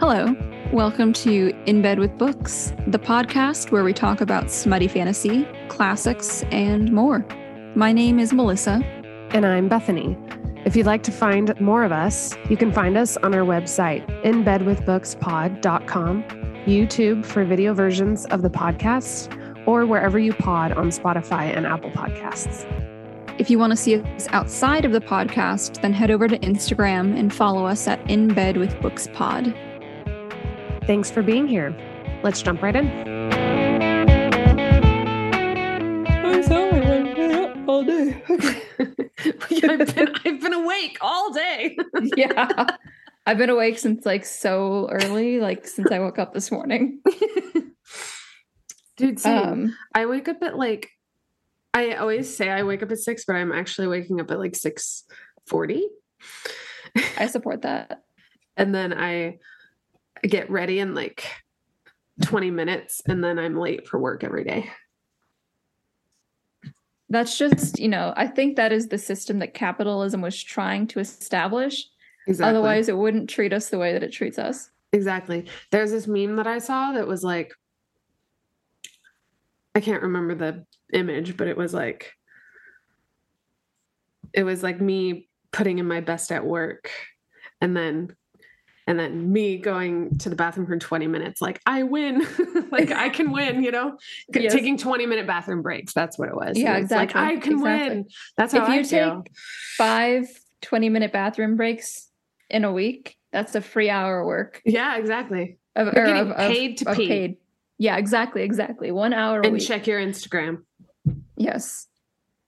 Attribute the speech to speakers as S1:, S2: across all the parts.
S1: Hello. Welcome to In Bed with Books, the podcast where we talk about smutty fantasy, classics, and more. My name is Melissa.
S2: And I'm Bethany. If you'd like to find more of us, you can find us on our website, inbedwithbookspod.com, YouTube for video versions of the podcast, or wherever you pod on Spotify and Apple Podcasts.
S1: If you want to see us outside of the podcast, then head over to Instagram and follow us at In Bed with Books Pod.
S2: Thanks for being here. Let's jump right in.
S3: I'm sorry, I've been up all day.
S4: I've been, I've been awake all day.
S1: yeah. I've been awake since like so early, like since I woke up this morning.
S2: Dude,
S1: Um,
S2: I wake up at like,
S3: I always say I wake up at six, but I'm actually waking up at like six forty,
S1: I support that.
S3: and then I get ready in like twenty minutes, and then I'm late for work every day.
S1: That's just, you know, I think that is the system that capitalism was trying to establish.
S3: Exactly.
S1: Otherwise, it wouldn't treat us the way that it treats us.
S3: exactly. There's this meme that I saw that was like, I can't remember the image, but it was like, it was like me putting in my best at work, and then. And then me going to the bathroom for 20 minutes, like I win, like I can win, you know, C-
S1: Yes.
S3: taking 20 minute bathroom breaks. That's what it was.
S1: Yeah,
S3: It was
S1: exactly,
S3: Like I can
S1: exactly.
S3: win. That's how
S1: If
S3: I
S1: you take
S3: feel.
S1: five 20 minute bathroom breaks in a week, that's a free hour work
S3: Yeah, exactly.
S1: of,
S3: You're
S1: or
S3: getting
S1: of, of-
S3: paid to
S1: of
S3: pee
S1: paid. Yeah, exactly, exactly. One hour a
S3: and
S1: week.
S3: check your Instagram.
S1: Yes.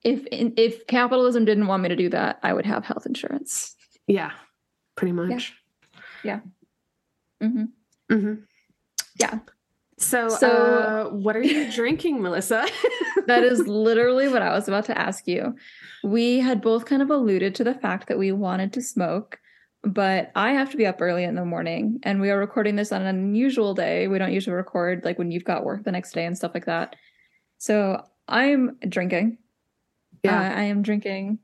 S1: If in, if capitalism didn't want me to do that, I would have health insurance.
S3: Yeah, pretty much.
S1: hmm
S3: hmm
S1: Yeah.
S3: So,
S1: So-
S3: uh, what are you drinking, Melissa?
S1: That is literally what I was about to ask you. We had both kind of alluded to the fact that we wanted to smoke, but I have to be up early in the morning and we are recording this on an unusual day. We don't usually record like when you've got work the next day and stuff like that. So I'm drinking.
S3: Yeah.
S1: Uh, I am drinking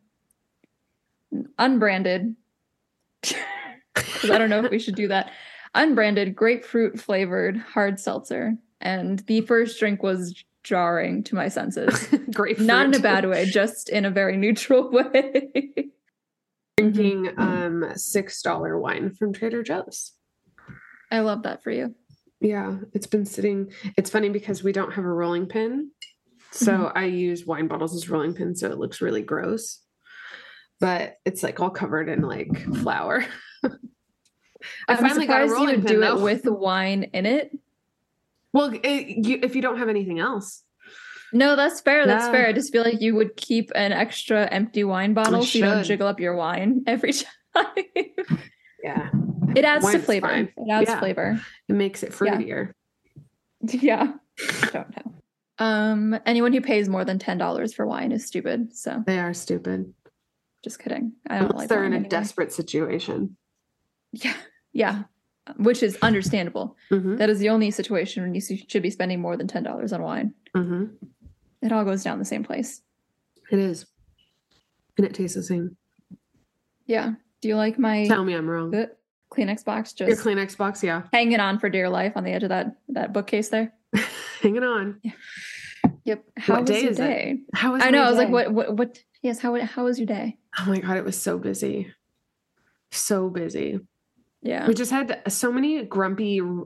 S1: unbranded. 'Cause I don't know if we should do that. Unbranded grapefruit flavored hard seltzer. And the first drink was jarring to my senses.
S3: Grapefruit.
S1: Not in a bad way, just in a very neutral way. Mm-hmm.
S3: drinking um six dollar wine from Trader Joe's.
S1: I love that for you.
S3: Yeah, it's been sitting. It's funny because we don't have a rolling pin, so I use wine bottles as rolling pins, so it looks really gross. But it's like all covered in like flour. I
S1: I'm
S3: finally got a
S1: surprised you
S3: rolling
S1: would
S3: pin,
S1: do
S3: though.
S1: it with wine in it.
S3: Well, it, you, if you don't have anything else,
S1: No, that's fair. That's
S3: No.
S1: fair. I just feel like you would keep an extra empty wine bottle so you don't
S3: should.
S1: jiggle up your wine every time.
S3: yeah,
S1: It adds to
S3: Wine's
S1: flavor.
S3: fine.
S1: It adds
S3: Yeah.
S1: flavor.
S3: it makes it
S1: Yeah.
S3: fruitier.
S1: Yeah. I don't know. Um, anyone who pays more than ten dollars for wine is stupid. So
S3: They are stupid.
S1: just kidding. I don't
S3: Unless
S1: like
S3: they're
S1: wine
S3: in a
S1: anyway.
S3: desperate situation.
S1: Yeah. Yeah. Which is understandable.
S3: Mm-hmm.
S1: That is the only situation when you s- should be spending more than ten dollars on wine.
S3: Mm-hmm.
S1: It all goes down the same place.
S3: It is. And it tastes the same.
S1: Yeah. Do you like my
S3: Tell me I'm wrong.
S1: the Kleenex box
S3: Your
S1: just
S3: Kleenex box, yeah.
S1: hanging on for dear life on the edge of that that bookcase there?
S3: Hanging on.
S1: Yep. How
S3: What
S1: was
S3: day
S1: your
S3: is it?
S1: day?
S3: How was
S1: I know.
S3: my
S1: I was like,
S3: day?
S1: what? What? What? Yes. How? How was your day?
S3: Oh my god, it was so busy. So busy.
S1: Yeah.
S3: We just had so many grumpy r-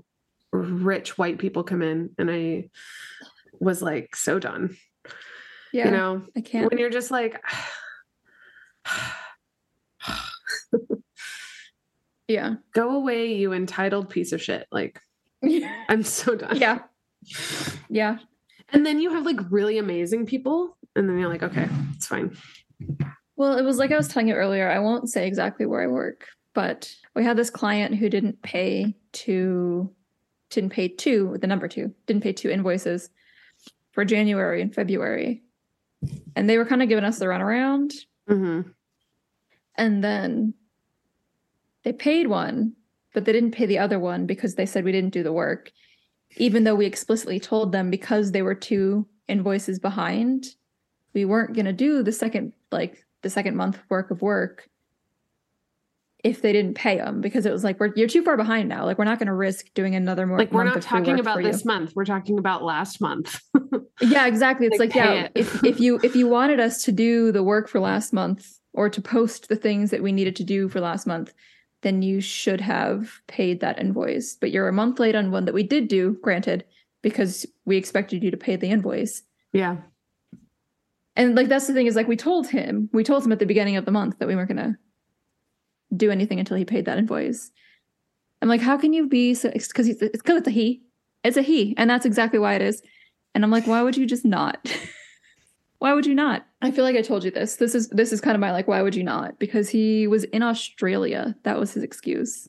S3: rich white people come in and I was like so done.
S1: Yeah.
S3: You know,
S1: I can't.
S3: when you're just like
S1: Yeah.
S3: go away you entitled piece of shit. Like
S1: yeah.
S3: I'm so done.
S1: Yeah.
S3: And then you have like really amazing people and then you're like okay, it's fine.
S1: Well, it was like I was telling you earlier, I won't say exactly where I work, but we had this client who didn't pay to didn't pay two, the number two, didn't pay two invoices for January and February. And they were kind of giving us the runaround.
S3: Mhm.
S1: And then they paid one, but they didn't pay the other one because they said we didn't do the work, even though we explicitly told them because they were two invoices behind, we weren't going to do the second, like the second month work of work. if they didn't pay them because it was like we're you're too far behind now. Like we're not going to risk doing another more.
S3: Like we're
S1: month
S3: not
S1: of free
S3: talking
S1: work
S3: about
S1: for you.
S3: this month. We're talking about last month.
S1: Yeah, exactly. It's
S3: Like,
S1: like,
S3: pay
S1: yeah,
S3: it.
S1: if, if you if you wanted us to do the work for last month or to post the things that we needed to do for last month, then you should have paid that invoice. But you're a month late on one that we did do, granted, because we expected you to pay the invoice.
S3: yeah.
S1: And like that's the thing is like we told him, we told him at the beginning of the month that we weren't gonna do anything until he paid that invoice. I'm like, how can you be so? Because it's because it's a he. It's a he, and that's exactly why it is. And I'm like, why would you just not? why would you not? I feel like I told you this. This is this is kind of my like, why would you not? Because he was in Australia. That was his excuse.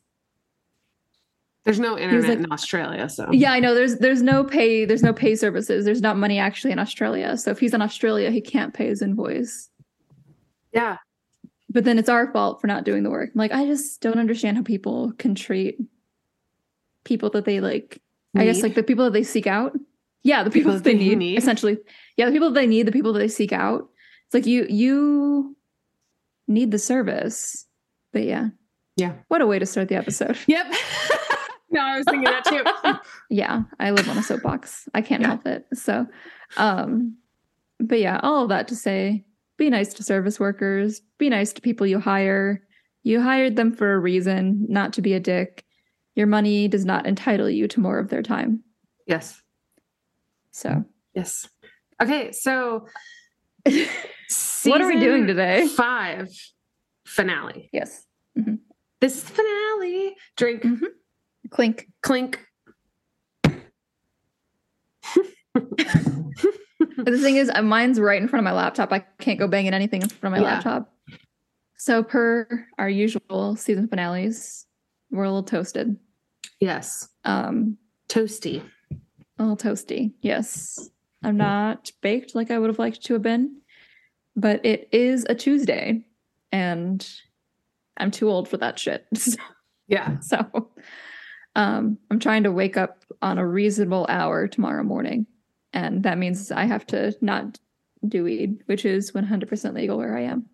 S3: There's no internet
S1: like-
S3: in Australia, so
S1: Yeah, I know. There's there's no pay. There's no pay services. There's not money actually in Australia. So if he's in Australia, he can't pay his invoice.
S3: yeah.
S1: but then it's our fault for not doing the work. I'm like, I just don't understand how people can treat people that they like. I guess
S3: Need.
S1: like the people that they seek out. Yeah, the people, that they need,
S3: need.
S1: essentially. Yeah, the people that they need, the people that they seek out. It's like you you need the service, but yeah,
S3: Yeah.
S1: what a way to start the episode.
S3: Yep. no, I was thinking that too.
S1: Yeah, I live on a soapbox. I can't
S3: Yeah.
S1: help it. So, um, but yeah, all of that to say, be nice to service workers. Be nice to people you hire. You hired them for a reason, not to be a dick. Your money does not entitle you to more of their time.
S3: yes.
S1: So,
S3: Yes. Okay, so
S1: what are we doing
S3: season
S1: today?
S3: Five finale.
S1: Yes,
S3: This is the finale. Drink,
S1: clink.
S3: clink.
S1: But the thing is, uh, mine's right in front of my laptop. I can't go banging anything in front of my
S3: Yeah.
S1: laptop. So, per our usual season finales, we're a little toasted.
S3: Yes.
S1: Um,
S3: Toasty.
S1: A little toasty. Yes. I'm not baked like I would have liked to have been, but it is a Tuesday and I'm too old for that shit.
S3: Yeah.
S1: so um, I'm trying to wake up on a reasonable hour tomorrow morning. And that means I have to not do weed, which is 100% legal where I am.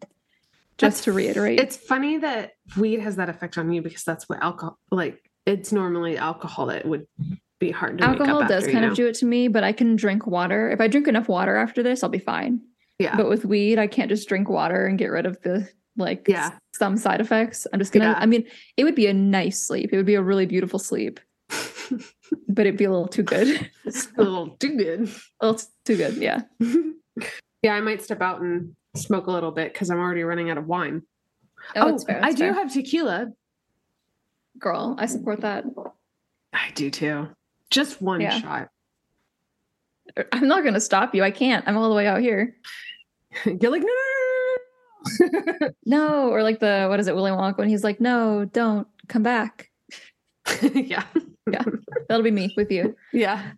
S1: Just
S3: That's-
S1: to reiterate.
S3: It's funny that weed has that effect on you because that's what alcohol like it's normally alcohol that would be hard to
S1: alcohol
S3: wake up
S1: does
S3: after,
S1: kind
S3: you
S1: of
S3: know?
S1: do it to me but i can drink water if i drink enough water after this i'll be fine
S3: Yeah.
S1: but with weed i can't just drink water and get rid of the like
S3: Yeah.
S1: s- some side effects i'm just gonna
S3: Yeah.
S1: i mean it would be a nice sleep it would be a really beautiful sleep but it'd be a little too good
S3: it's a little too good.
S1: a little too good yeah
S3: yeah, I might step out and smoke a little bit because I'm already running out of wine.
S1: oh, it's fair,
S3: I
S1: it's
S3: do
S1: fair.
S3: have tequila.
S1: girl i support that
S3: I do too. Just one
S1: Yeah.
S3: shot.
S1: i'm not gonna stop you i can't i'm all the way out here
S3: You're like, no, no, no, no, no,
S1: no or like the what is it willy wonka when he's like no don't come back
S3: no, no." yeah.
S1: that'll be me with you
S3: Yeah.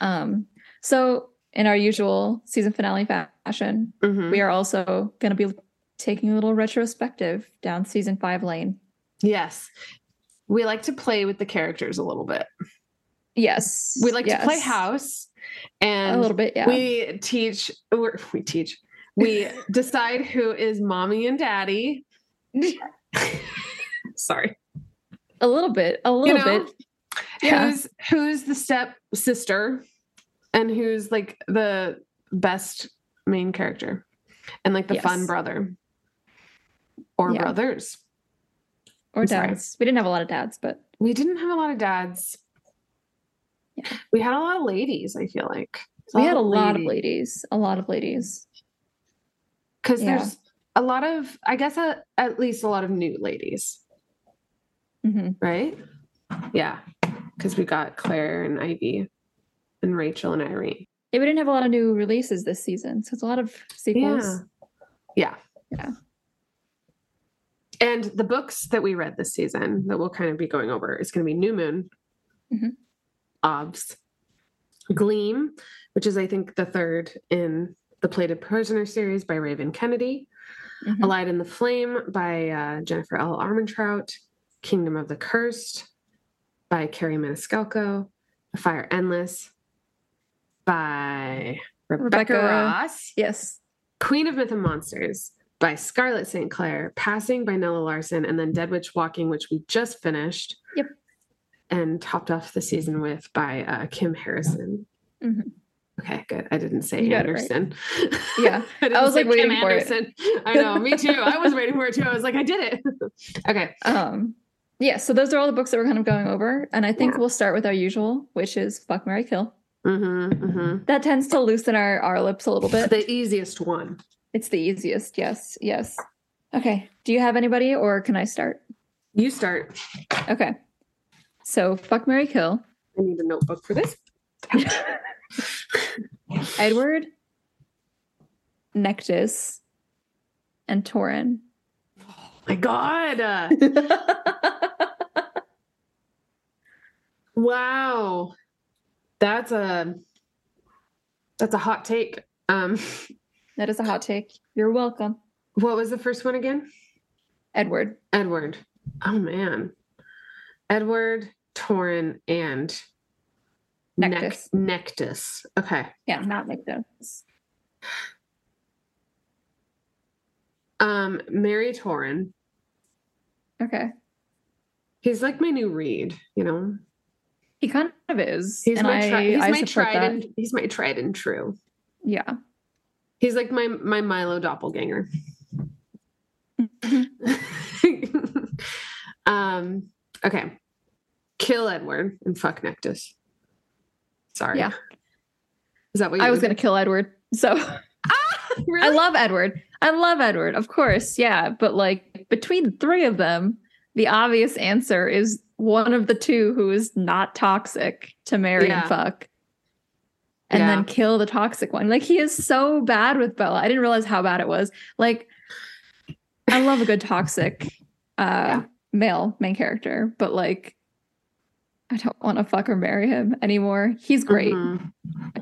S1: Um, so, in our usual season finale fashion,
S3: Mhm.
S1: we are also going to be taking a little retrospective down season five lane.
S3: Yes. We like to play with the characters a little bit.
S1: Yes,
S3: We like to play
S1: yes. Oh,
S3: house
S1: a
S3: and
S1: little bit. Yeah,
S3: we teach we're, we teach we decide who is mommy and daddy. Sorry.
S1: a little bit, a little
S3: know?
S1: bit. Yeah.
S3: Who's who's the step sister and who's like the best main character and like the fun
S1: Yes.
S3: brother or
S1: Yeah.
S3: brothers.
S1: Or
S3: I'm sorry.
S1: dads. We didn't have a lot of dads, but
S3: We didn't have a lot of dads.
S1: Yeah.
S3: We had a lot of ladies, I feel like.
S1: we had a lot of ladies. A lot of ladies.
S3: Because
S1: Yeah.
S3: there's a lot of, I guess, a, at least a lot of new ladies,
S1: hmm
S3: right? Yeah. Because we got Claire and Ivy and Rachel and Irene.
S1: Yeah, we didn't have a lot of new releases this season, so it's a lot of sequels.
S3: Yeah.
S1: Yeah.
S3: And the books that we read this season that we'll kind of be going over is going to be New Moon,
S1: Mhm.
S3: Obs, Gleam, which is, I think, the third in the Plated Prisoner series by Raven Kennedy,
S1: Mhm.
S3: A Light in the Flame by uh, Jennifer L. Armentrout, Kingdom of the Cursed by Carrie Maniscalco, The Fire Endless by Rebecca,
S1: Rebecca-
S3: Ross.
S1: Yes,
S3: Queen of Myth and Monsters by Scarlett St. Clair, Passing by Nella Larson, and then Dead Witch Walking, which we just finished.
S1: Yep.
S3: And topped off the season with by uh, Kim Harrison.
S1: Mhm.
S3: Okay, good. I didn't say
S1: You got it right.
S3: Anderson.
S1: Yeah.
S3: I, didn't
S1: was,
S3: say
S1: like, waiting
S3: Kim
S1: for it.
S3: Anderson. I know, me too. I was waiting for it too. I was like, I did it. okay.
S1: Um, yeah, so those are all the books that we're kind of going over. And I think
S3: Yeah.
S1: we'll start with our usual, which is Fuck Mary Kill.
S3: Mm-hmm, mm-hmm.
S1: That tends to loosen our, our lips a little bit.
S3: The easiest one.
S1: It's the easiest. Yes, yes. Okay. Do you have anybody or can I start?
S3: You start.
S1: Okay. So Fuck Mary Kill,
S3: I need a notebook for this. Oh
S1: Edward, Nectis, and Torin.
S3: My God. Uh, wow. That's a that's a hot take. Um,
S1: that is a hot take. You're welcome.
S3: what was the first one again?
S1: Edward.
S3: Edward. Oh man. Edward, Torin, and
S1: Nectis.
S3: Nec- Nectis. Okay.
S1: Yeah, not Nectis.
S3: Um, Mary Torin.
S1: Okay.
S3: He's like my new Reed, you know.
S1: He kind of is.
S3: He's
S1: and
S3: my
S1: I,
S3: tri- he's
S1: I
S3: my Oh,
S1: support
S3: tried
S1: that.
S3: and he's my tried and true.
S1: Yeah.
S3: He's like my my Milo doppelganger. um, okay. Kill Edward and fuck Nectus. Sorry.
S1: Yeah.
S3: Is that what you
S1: I was going to kill Edward. So I love Edward. I love Edward, of course. Yeah. But like between the three of them, the obvious answer is one of the two who is not toxic to marry
S3: Yeah.
S1: and fuck. And
S3: Yeah.
S1: then kill the toxic one. Like he is so bad with Bella. I didn't realize how bad it was. Like I love a good toxic uh
S3: Yeah.
S1: male main character, but like I don't want to fuck or marry him anymore. He's great.
S3: Mhm.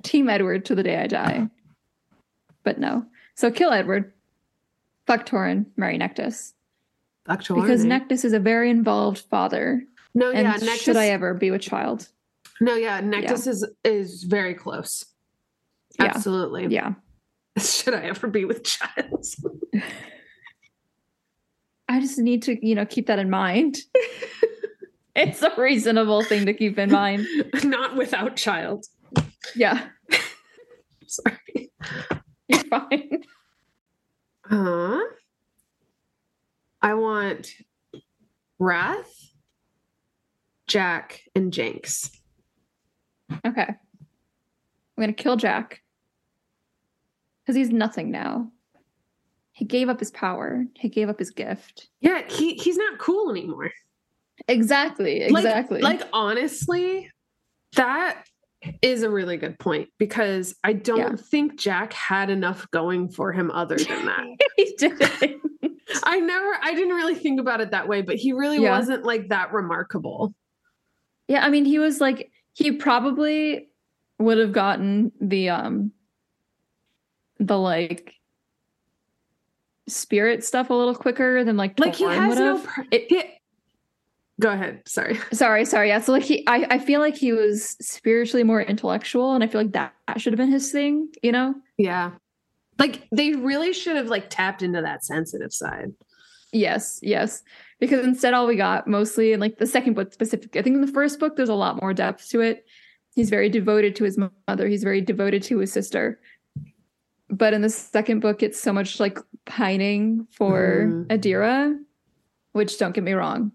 S1: Team Edward to the day I die. But no. So kill Edward. Fuck Torin, marry Nectis.
S3: Fuck Torin,
S1: Because
S3: eh?
S1: Nectis is a very involved father.
S3: No,
S1: and
S3: yeah, Nectus.
S1: should I ever be with child?
S3: no, yeah, Nectus is is very close.
S1: Yeah.
S3: Absolutely.
S1: Yeah.
S3: Should I ever be with child?
S1: I just need to, you know, keep that in mind. it's a reasonable thing to keep in mind.
S3: Not without child.
S1: Yeah,
S3: Sorry.
S1: you're fine.
S3: Huh? Uh-huh. I want Wrath, Jack, and Jenks.
S1: Okay. I'm going to kill Jack. Because he's nothing now. He gave up his power. He gave up his gift.
S3: Yeah, he he's not cool anymore.
S1: Exactly.
S3: Like-
S1: Exactly.
S3: Like, honestly, that is a really good point because I don't think Jack had enough going for him other than that.
S1: he did it.
S3: I never I didn't really think about it that way, but he really
S1: Yeah.
S3: wasn't like that remarkable.
S1: Yeah, I mean, he was like he probably would have gotten the um the like spirit stuff a little quicker than like
S3: Like he
S1: Torm
S3: has
S1: would
S3: no
S1: have.
S3: pr- he- Go ahead, sorry.
S1: Sorry, sorry. Yeah, so like he I I feel like he was spiritually more intellectual and I feel like that, that should have been his thing, you know?
S3: Yeah. Like they really should have like tapped into that sensitive side.
S1: Yes, yes. Because instead, all we got mostly in like the second book specifically, I think in the first book, there's a lot more depth to it. He's very devoted to his mo- mother, he's very devoted to his sister. But in the second book, it's so much like pining for
S3: Mhm.
S1: Adira, which don't get me wrong,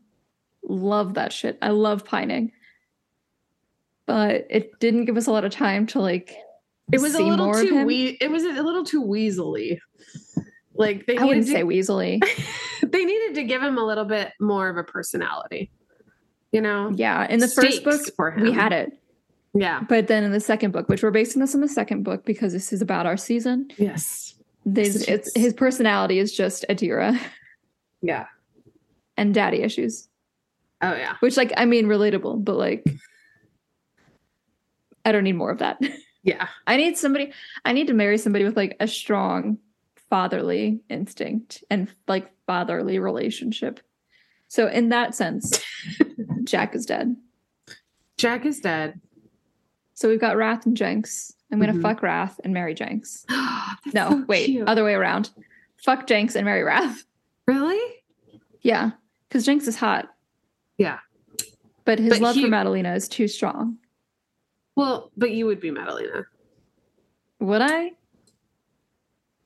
S1: love that shit. I love pining. But it didn't give us a lot of time to like.
S3: It was
S1: see
S3: a little
S1: more of
S3: too
S1: him.
S3: we it was a little too weaselly. Like they
S1: I wouldn't
S3: needed
S1: say
S3: to,
S1: weaselly.
S3: they needed to give him a little bit more of a personality. You know?
S1: yeah, in the first book,
S3: Stakes for
S1: we
S3: him.
S1: had it.
S3: Yeah.
S1: But then in the second book, which we're basing this on the second book because this is about our season,
S3: Yes.
S1: there's,
S3: Yes, it
S1: it's,
S3: is.
S1: his personality is just Adira
S3: Yeah.
S1: and daddy issues,
S3: Oh yeah.
S1: which, like, I mean, relatable, but like, I don't need more of that.
S3: Yeah.
S1: I need somebody, I need to marry somebody with like a strong fatherly instinct and like fatherly relationship. So, in that sense, Jack is dead.
S3: Jack is dead.
S1: So, we've got Wrath and Jenks. I'm going to
S3: Mhm.
S1: fuck Wrath and marry Jenks.
S3: That's
S1: No,
S3: so
S1: wait, Uh,
S3: cute.
S1: other way around. Fuck Jenks and Mary Rath.
S3: Really?
S1: Yeah, because Jenks is hot.
S3: Yeah.
S1: But his
S3: But
S1: love
S3: he-
S1: for Madalena is too strong.
S3: Well, but you would be Madalena.
S1: Would I?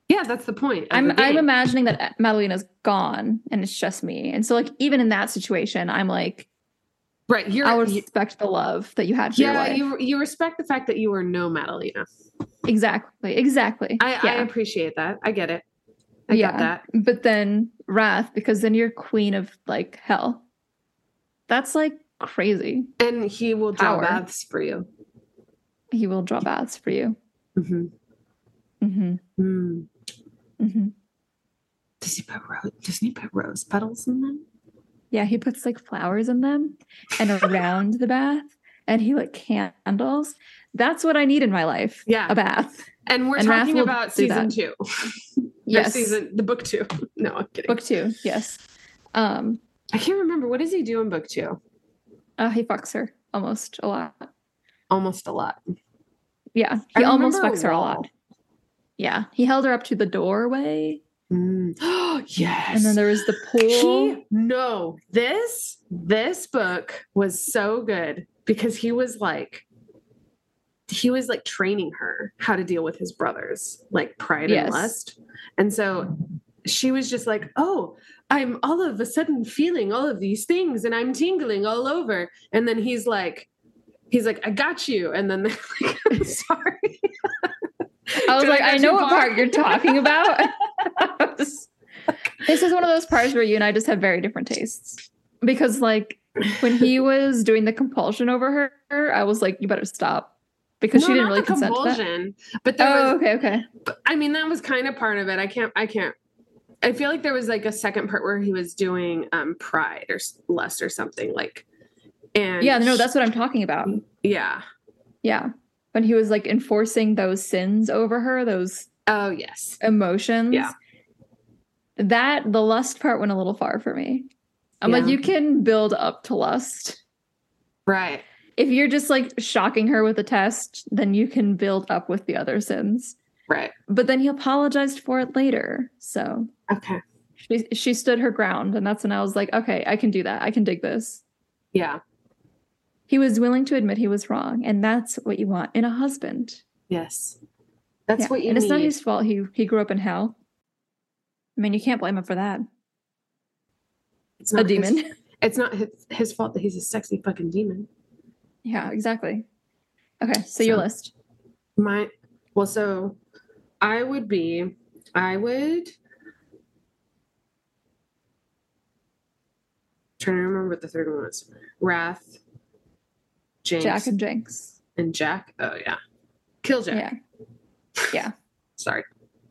S3: Yeah, that's the point. of
S1: I'm
S3: the
S1: I'm
S3: game.
S1: imagining that uh, Madalena's gone and it's just me. And so like even in that situation, I'm like,
S3: right. You're
S1: I'll
S3: you-
S1: respect the love that you had for your
S3: yeah.
S1: wife.
S3: You you respect the fact that you are no Madalena.
S1: Exactly. Exactly.
S3: I, I
S1: yeah.
S3: appreciate that. I get it. I
S1: Yeah.
S3: get that.
S1: but then wrath, because then you're queen of like hell. That's like crazy.
S3: And he will draw
S1: Power.
S3: baths for you.
S1: He will draw baths for you.
S3: Mhm.
S1: Mm-hmm. hmm
S3: Mm.
S1: hmm
S3: Does he put rose? Does he put rose petals in them?
S1: Yeah, he puts like flowers in them and around the bath, and he lit candles. That's what I need in my life.
S3: Yeah.
S1: A bath.
S3: And we're
S1: And Raph
S3: talking
S1: will
S3: about
S1: do
S3: season
S1: that.
S3: two.
S1: Yes.
S3: Or season the book two. No, I'm kidding.
S1: Book two. Yes. Um.
S3: I can't remember. What does he do in book two?
S1: Uh, he fucks her almost a lot.
S3: Almost a lot.
S1: Yeah,
S3: I
S1: he almost
S3: remember
S1: fucks her a lot.
S3: wall.
S1: Yeah, he held her up to the doorway,
S3: Mm. Oh yes.
S1: and then there was the pool.
S3: He no, this this book was so good because he was like he was like training her how to deal with his brothers, like pride
S1: Yes.
S3: and lust. And so she was just like, "Oh, I'm all of a sudden feeling all of these things and I'm tingling all over." And then he's like he's like, "I got you." And then they're like, "I'm sorry."
S1: I was
S3: Did
S1: like,
S3: go
S1: I
S3: too
S1: know what
S3: far?"
S1: part you're talking about. this is one of those parts where you and I just have very different tastes. Because like when he was doing the compulsion over her, I was like, you better stop. Because she
S3: No,
S1: didn't
S3: not
S1: really
S3: the
S1: consent to that.
S3: compulsion, but there was
S1: Oh, okay, okay.
S3: But, I mean, that was kind of part of it. I can't. I can't. I feel like there was like a second part where he was doing um pride or s- lust or something like. And
S1: Yeah, no, that's what I'm talking about.
S3: yeah.
S1: Yeah. When he was like enforcing those sins over her, those
S3: Oh yes.
S1: emotions.
S3: Yeah.
S1: That the lust part went a little far for me. I'm like,
S3: Yeah.
S1: you can build up to lust.
S3: Right.
S1: if you're just like shocking her with a test, then you can build up with the other sins.
S3: Right.
S1: But then he apologized for it later. So
S3: Okay.
S1: she she stood her ground, and that's when I was like, okay, I can do that. I can dig this.
S3: Yeah.
S1: He was willing to admit he was wrong, and that's what you want in a husband.
S3: Yes. That's
S1: Yeah.
S3: what you
S1: And
S3: need.
S1: it's not his fault. He he grew up in hell. I mean, you can't blame him for that.
S3: It's
S1: A
S3: not his-
S1: demon.
S3: it's not his, his fault that he's a sexy fucking demon.
S1: yeah, exactly. Okay, so your
S3: So-
S1: list.
S3: My well, so I would be. I would. Trying to remember what the third one was. Wrath. James.
S1: Jack and Jenks.
S3: and Jack. Oh yeah, kill Jack.
S1: Yeah. Yeah.
S3: Sorry,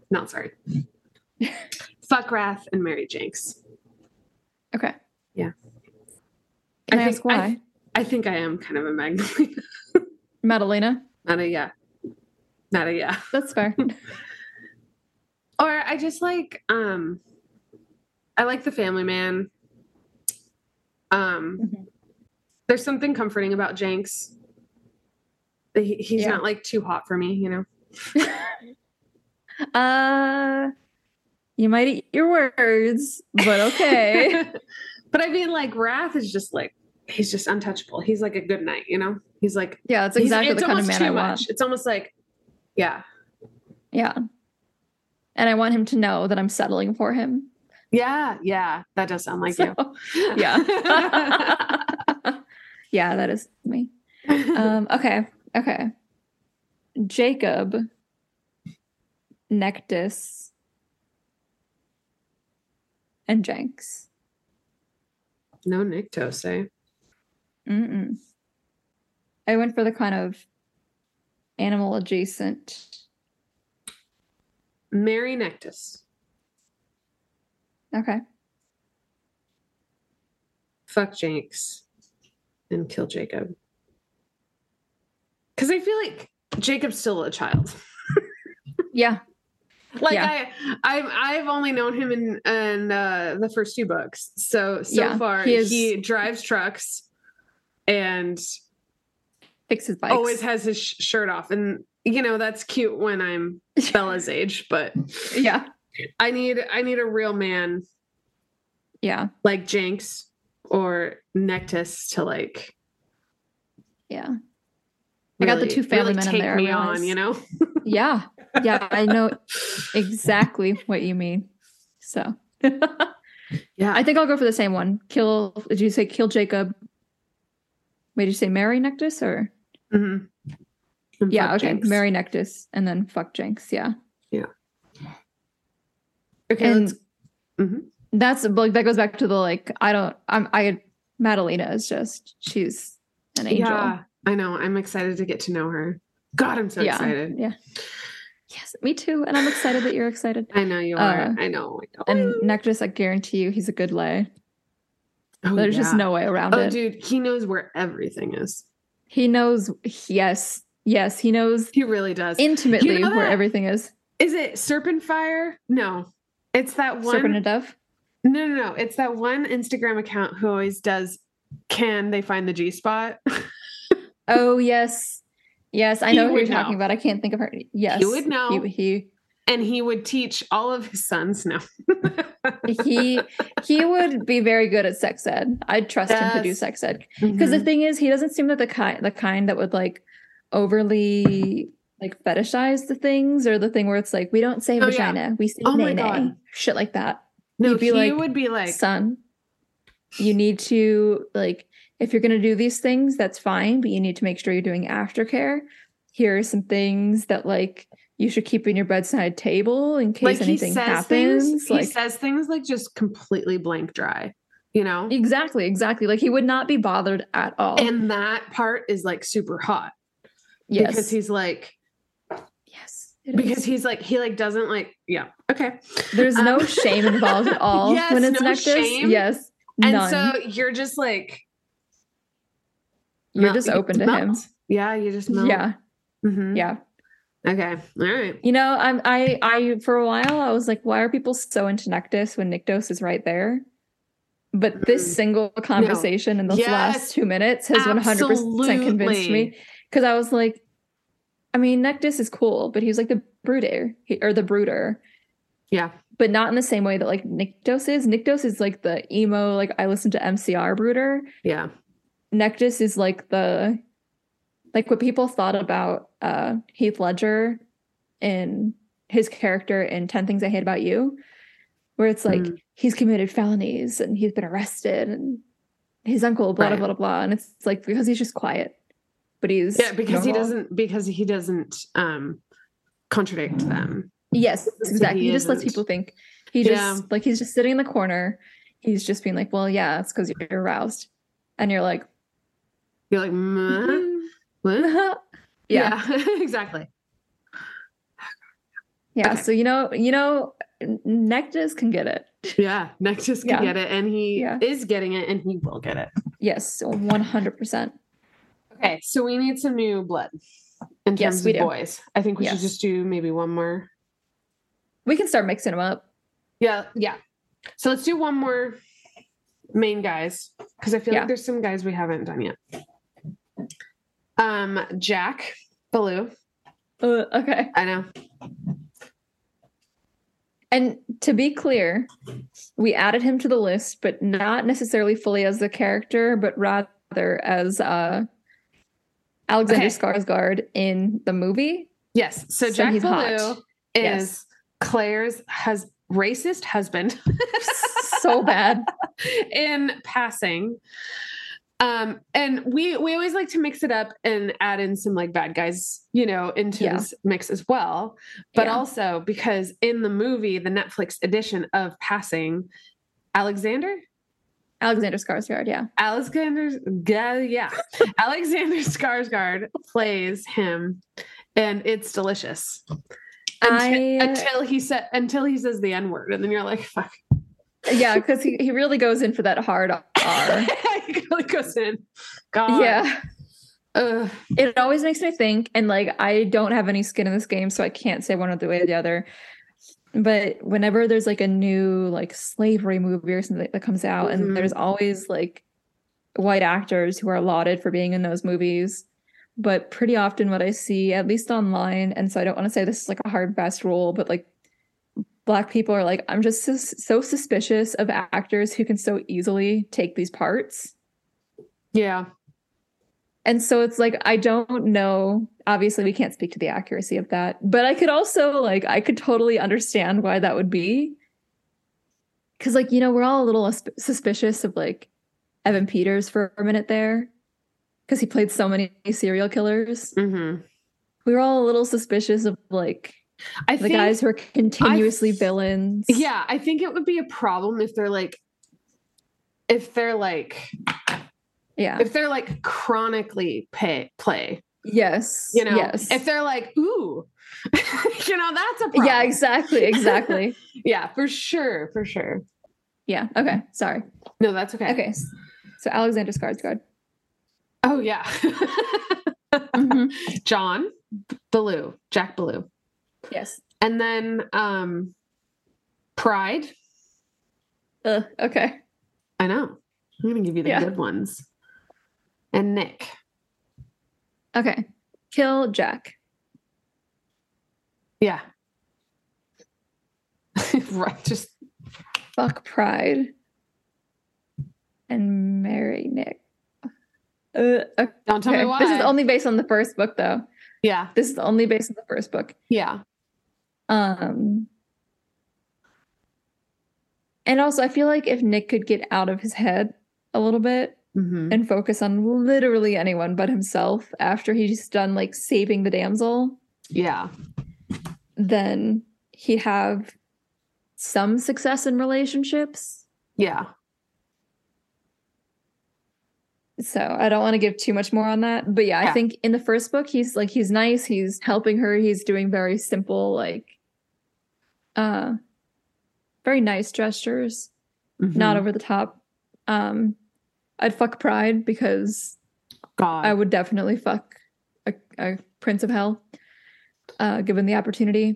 S3: not sorry. Fuck Wrath and Mary Jenks.
S1: Okay.
S3: Yeah.
S1: Can
S3: I
S1: I,
S3: think-
S1: ask why?
S3: I- I think I am kind of a Magdalena.
S1: Madalena?
S3: not a yeah. Not a yeah.
S1: That's fair.
S3: Or I just like um, I like the Family Man. Um,
S1: Mhm.
S3: there's something comforting about Jenks. That he- He's
S1: Yeah.
S3: not like too hot for me, you know.
S1: Uh, you might eat your words, but okay.
S3: but I mean, like Wrath is just like he's just untouchable. He's like a good night, you know. He's like
S1: yeah, that's
S3: he's-
S1: exactly
S3: it's
S1: the kind of
S3: almost
S1: man
S3: too
S1: I want.
S3: much. It's almost like yeah,
S1: Yeah. And I want him to know that I'm settling for him.
S3: yeah, yeah. That does sound like
S1: So,
S3: you.
S1: yeah. yeah, that is me. Um, okay. Okay. Jacob Nectus and Jenks.
S3: no Nyctos, eh?
S1: Mm-mm. I went for the kind of animal adjacent.
S3: Mary Nectus.
S1: Okay.
S3: Fuck Jenks. And kill Jacob. Cause I feel like Jacob's still a child.
S1: Yeah.
S3: like
S1: Yeah.
S3: I, I've I've only known him in in uh, the first two books. So so
S1: Yeah,
S3: far,
S1: he
S3: he,
S1: is-
S3: drives trucks and
S1: Fix his bikes.
S3: always has his sh- shirt off, and you know that's cute when I'm Bella's age, but
S1: yeah.
S3: I need I need a real man
S1: Yeah.
S3: like Jinx or Nectus to like
S1: Yeah. I got the two family men in
S3: take
S1: there, I
S3: me
S1: realize.
S3: on, you know.
S1: Yeah. Yeah. I know exactly what you mean. So
S3: Yeah,
S1: I think I'll go for the same one. Kill, did you say kill Jacob? Wait, did you say marry Nectus or?
S3: Mhm. And
S1: Mm-hmm. yeah.
S3: fuck
S1: Okay.
S3: Jinx.
S1: Marry Nectus and then fuck Jinx. Yeah.
S3: Okay,
S1: and
S3: let's- Mhm.
S1: that's like, that goes back to the like, I don't, I'm, I, Madalena is just, she's an angel.
S3: yeah. I know. I'm excited to get to know her. God, I'm so
S1: yeah.
S3: excited.
S1: Yeah. Yes, me too. And I'm excited that you're excited.
S3: I know you are. I know. I know.
S1: Uh, And Nectus, I guarantee you, he's a good lay.
S3: Oh,
S1: There's just
S3: yeah.
S1: no way around
S3: Oh,
S1: it.
S3: dude, he knows where everything is.
S1: He knows. Yes, yes, he knows
S3: He really does.
S1: intimately
S3: You know
S1: where
S3: that-
S1: everything is.
S3: is it Serpent Fire? No, it's that one.
S1: Serpent and Dove.
S3: No, no, no. It's that one Instagram account who always does can they find the G spot?
S1: Oh yes, yes. I
S3: He
S1: know who you're
S3: would
S1: talking
S3: know.
S1: about. I can't think of her. Yes,
S3: He would know.
S1: He he
S3: and he would teach all of his sons now.
S1: he, he would be very good at sex ed. I'd trust him to do
S3: Yes.
S1: sex ed because
S3: Mm-hmm.
S1: the thing is, he doesn't seem that the kind the kind that would like overly like fetishize the things or the thing where it's like we don't say
S3: Oh, yeah.
S1: vagina, we say
S3: Oh,
S1: nay
S3: my
S1: nay,
S3: God.
S1: shit like that.
S3: no,
S1: he'd be
S3: he
S1: like,
S3: would be like,
S1: son you need to like if you're going to do these things that's fine but you need to make sure you're doing aftercare here are some things that like you should keep in your bedside table in case
S3: like he
S1: anything
S3: says
S1: happens
S3: things.
S1: like
S3: he says things like just completely blank dry, you know.
S1: exactly exactly like he would not be bothered at all
S3: And that part is like super hot
S1: yes
S3: because he's like
S1: yes it
S3: because
S1: is.
S3: he's like he like doesn't like yeah okay
S1: there's no
S3: um,
S1: shame involved at all
S3: Yes,
S1: when it's
S3: no
S1: not
S3: shame.
S1: yes
S3: and
S1: none
S3: so you're just like
S1: You're
S3: melt-
S1: just
S3: you
S1: open to
S3: melt.
S1: him.
S3: yeah you just melt.
S1: yeah
S3: Mhm.
S1: yeah
S3: okay all right
S1: You know, I'm I I for a while I was like, why are people so into Nectus when Nyctos is right there? But
S3: Mm.
S1: this single conversation in those
S3: Yes.
S1: last two minutes has one hundred percent convinced me
S3: Absolutely.
S1: because I was like, I mean, Nectus is cool, but he's like the brooder he, or the brooder,
S3: yeah
S1: but not in the same way that like Nyctos is. Nyctos is like the emo, like I listen to MCR brooder.
S3: yeah
S1: Nectus is like the like what people thought about uh Heath Ledger in his character in 10 Things I Hate About You, where it's like
S3: Mm.
S1: he's committed felonies and he's been arrested and his uncle, blah blah
S3: Right.
S1: blah blah blah. And it's like because he's just quiet. But he's
S3: yeah because he
S1: normal.
S3: doesn't because he doesn't um contradict them
S1: Yes,
S3: So
S1: exactly.
S3: he
S1: He, just lets
S3: isn't.
S1: people think. He
S3: Yeah.
S1: just like he's just sitting in the corner. He's just being like, Well, yeah, it's because you're aroused. And you're like,
S3: you're like "Meh? What?"
S1: Mm-hmm. yeah.
S3: exactly
S1: Yeah,
S3: Okay.
S1: so you know, you know, n- Nectus can get it.
S3: yeah nexus can
S1: Yeah.
S3: get it and he
S1: Yeah.
S3: is getting it and he will get it
S1: Yes, one hundred percent.
S3: okay so we need some new blood in
S1: Yes,
S3: terms
S1: we
S3: of
S1: do.
S3: boys i think we should
S1: Yes.
S3: just do maybe one more
S1: We can start mixing them up.
S3: Yeah, yeah. So let's do one more main guys because I feel
S1: Yeah.
S3: like there's some guys we haven't done yet. Um, Jack Baloo.
S1: Uh, okay.
S3: I know.
S1: And to be clear, we added him to the list, but not necessarily fully as the character, but rather as uh, Alexander
S3: Okay.
S1: Skarsgård in the movie.
S3: Yes. So
S1: So
S3: Jack
S1: he's hot.
S3: Baloo is
S1: Yes.
S3: Claire's hus- racist husband
S1: so bad.
S3: in passing. Um, and we we always like to mix it up and add in some like bad guys, you know, into
S1: Yeah.
S3: this mix as well. but
S1: Yeah.
S3: also because in the movie, the Netflix edition of Passing, Alexander,
S1: Alexander Skarsgård, yeah.
S3: Alexander, yeah, yeah. Alexander Skarsgård plays him, and it's delicious
S1: I-
S3: until, until he said until he says the N word, and then you're like, fuck,
S1: Yeah, because he, he really goes in for that hard R.
S3: it really goes in. God,
S1: yeah.
S3: Ugh.
S1: it always makes me think and like i don't have any skin in this game so i can't say one or the way or the other but whenever there's like a new like slavery movie or something that comes out
S3: Mhm.
S1: and there's always like white actors who are lauded for being in those movies but pretty often what i see at least online and so i don't want to say this is like a hard fast rule but like black people are like i'm just so, so suspicious of actors who can so easily take these parts
S3: Yeah.
S1: and so it's like i don't know obviously we can't speak to the accuracy of that but i could also like i could totally understand why that would be because like you know we're all a little asp- suspicious of like evan peters for a minute there because he played so many serial killers
S3: Mm-hmm.
S1: we were all a little suspicious of like
S3: I
S1: the
S3: think
S1: guys who are continuously
S3: th-
S1: villains
S3: Yeah, I think it would be a problem if they're like if they're like
S1: yeah
S3: if they're like chronically pay, play,
S1: yes
S3: you know.
S1: yes
S3: If they're like, ooh, you know, that's a problem.
S1: yeah exactly exactly
S3: yeah, for sure, for sure.
S1: yeah okay sorry
S3: No, that's okay.
S1: okay s- so alexander skarsgård
S3: Oh yeah.
S1: Mhm.
S3: John Baloo, Jack Baloo.
S1: yes
S3: And then um Pride. Uh,
S1: Ugh, okay
S3: I know. I'm gonna give you the
S1: Yeah.
S3: good ones. And Nick.
S1: Okay. Kill Jack.
S3: Yeah. right. Just
S1: Fuck Pride. And marry Nick. Uh, okay.
S3: don't tell me why.
S1: This is only based on the first book, though.
S3: yeah.
S1: This is only based on the first book.
S3: Yeah.
S1: Um, and also, I feel like if Nick could get out of his head a little bit
S3: Mm-hmm.
S1: and focus on literally anyone but himself after he's done like saving the damsel,
S3: Yeah.
S1: then he'd have some success in relationships.
S3: Yeah.
S1: So I don't want to give too much more on that. But yeah, I
S3: Yeah.
S1: think in the first book, he's like he's nice, he's helping her, he's doing very simple, like uh very nice gestures,
S3: Mm-hmm.
S1: not over the top. Um I'd fuck Pride because
S3: God.
S1: I would definitely fuck a, a Prince of Hell, uh, given the opportunity.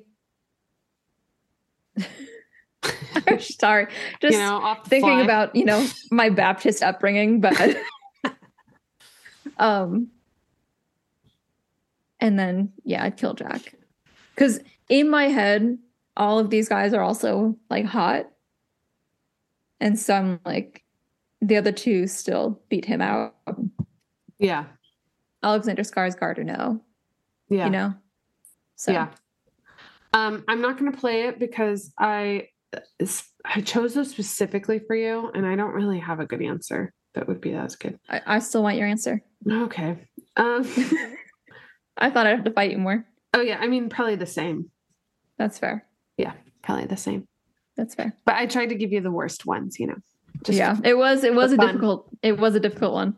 S1: Sorry. Just
S3: you know, off the
S1: thinking
S3: fly.
S1: about you know my baptist upbringing but um and then yeah i'd kill jack because in my head all of these guys are also like hot and so i'm like the other two still beat him out
S3: Yeah.
S1: alexander skarsgård or no
S3: Yeah.
S1: you know so
S3: Yeah. Um, I'm not going to play it because I uh, I chose those specifically for you, and I don't really have a good answer that would be as good.
S1: I, I still want your answer
S3: Okay. Um,
S1: i thought i'd have to fight you more
S3: oh yeah. I mean, probably the same.
S1: that's fair
S3: Probably the same.
S1: that's fair
S3: But I tried to give you the worst ones. You know.
S1: yeah it was it was
S3: for
S1: a
S3: fun.
S1: difficult it was a difficult one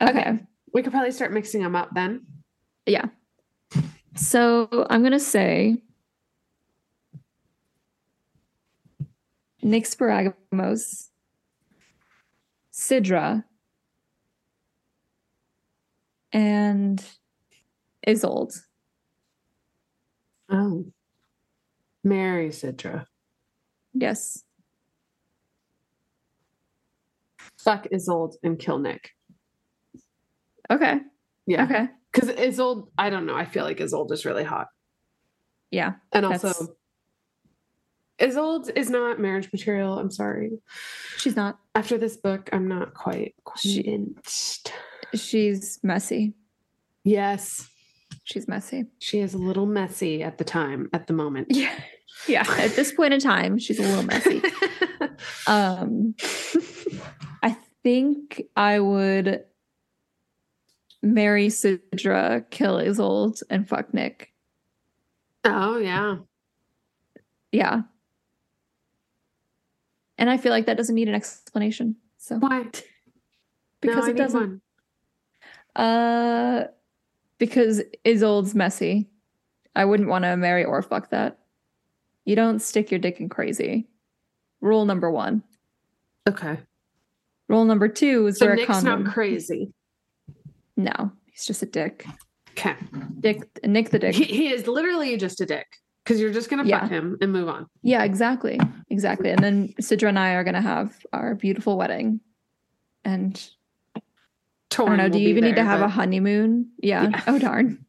S1: okay.
S3: We could probably start mixing them up then.
S1: So I'm gonna say Nick Sparagamos, Sidra, and Isold.
S3: Oh. Mary Sidra.
S1: Yes.
S3: Fuck Isold and kill Nick.
S1: Okay.
S3: Yeah.
S1: Okay.
S3: Because Isold, I don't know. I feel like Isold is really hot.
S1: Yeah.
S3: And
S1: That's-
S3: also, Isold is not marriage material. I'm sorry.
S1: She's not.
S3: After this book, I'm not quite
S1: She-
S3: convinced.
S1: She's messy.
S3: Yes,
S1: She's messy.
S3: she is a little messy at the time, at the moment.
S1: Yeah. Yeah. At this point in time, she's a little messy. Um, I think I would marry Sidra, kill Isold, and fuck Nick.
S3: oh, yeah.
S1: Yeah. And I feel like that doesn't need an explanation. So
S3: Why?
S1: because
S3: no, I
S1: it
S3: need
S1: doesn't.
S3: One.
S1: Uh, because Isold's messy. I wouldn't want to marry or fuck that. You don't stick your dick in crazy. Rule number one.
S3: Okay.
S1: Rule number two is
S3: So
S1: wear a
S3: Nick's
S1: condom.
S3: not crazy.
S1: no, he's just a dick.
S3: Okay.
S1: Dick, Nick the dick.
S3: He, he is literally just a dick because you're just going to
S1: Yeah.
S3: fuck him and move on.
S1: Yeah, exactly. Exactly. And then Sidra and I are going to have our beautiful wedding. And I
S3: Torn
S1: don't know,
S3: will
S1: do you
S3: be
S1: even need to
S3: there,
S1: have a
S3: but-
S1: honeymoon? Yeah.
S3: Yeah.
S1: Oh, darn.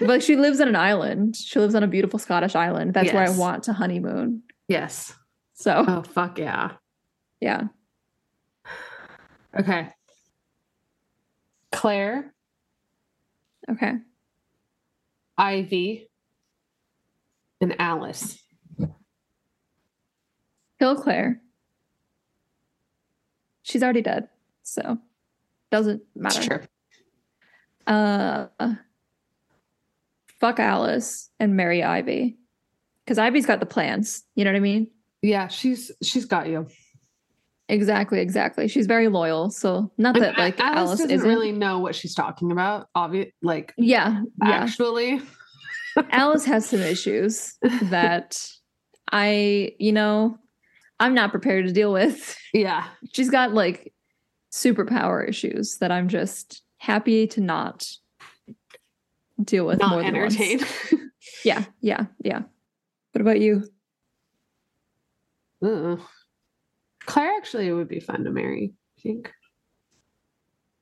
S1: Like she lives on an island. She lives on a beautiful Scottish island. That's where I
S3: Yes.
S1: want to honeymoon.
S3: Yes.
S1: So
S3: Oh fuck yeah.
S1: yeah.
S3: Okay. Claire,
S1: Okay.
S3: Ivy, and Alice.
S1: Kill Claire. She's already dead. So doesn't matter.
S3: Sure.
S1: Uh fuck Alice and marry Ivy. Cause Ivy's got the plans. You know what I mean?
S3: Yeah, she's she's got you.
S1: Exactly, exactly. She's very loyal. So not that
S3: And A-
S1: like
S3: Alice,
S1: Alice,
S3: doesn't
S1: isn't
S3: really know what she's talking about. Obvious, like
S1: Yeah. Yeah.
S3: actually.
S1: Alice has some issues that I, you know, I'm not prepared to deal with.
S3: Yeah.
S1: She's got like superpower issues that I'm just happy to not deal with more
S3: Not
S1: than once.
S3: entertained.
S1: Yeah, yeah, yeah. What about you?
S3: Ooh. Uh-uh. Claire actually would be fun to marry, I think.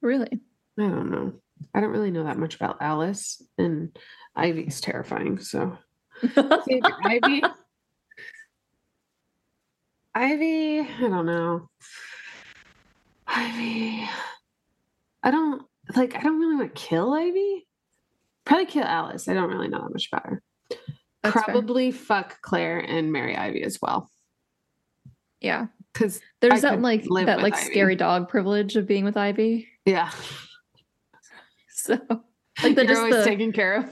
S1: Really?
S3: I don't know. I don't really know that much about Alice and Ivy's terrifying, so I think Ivy Ivy, I don't know. Ivy. I don't like I don't really want to kill Ivy. Probably kill Alice. I don't really know that much about her.
S1: That's fair.
S3: Probably fuck Claire and marry Ivy as well.
S1: Yeah.
S3: Cause
S1: There's that
S3: I could
S1: like
S3: live
S1: that
S3: with
S1: like
S3: Ivy.
S1: scary dog privilege of being with Ivy.
S3: yeah.
S1: So like the
S3: You're
S1: just
S3: always
S1: the,
S3: taken care of.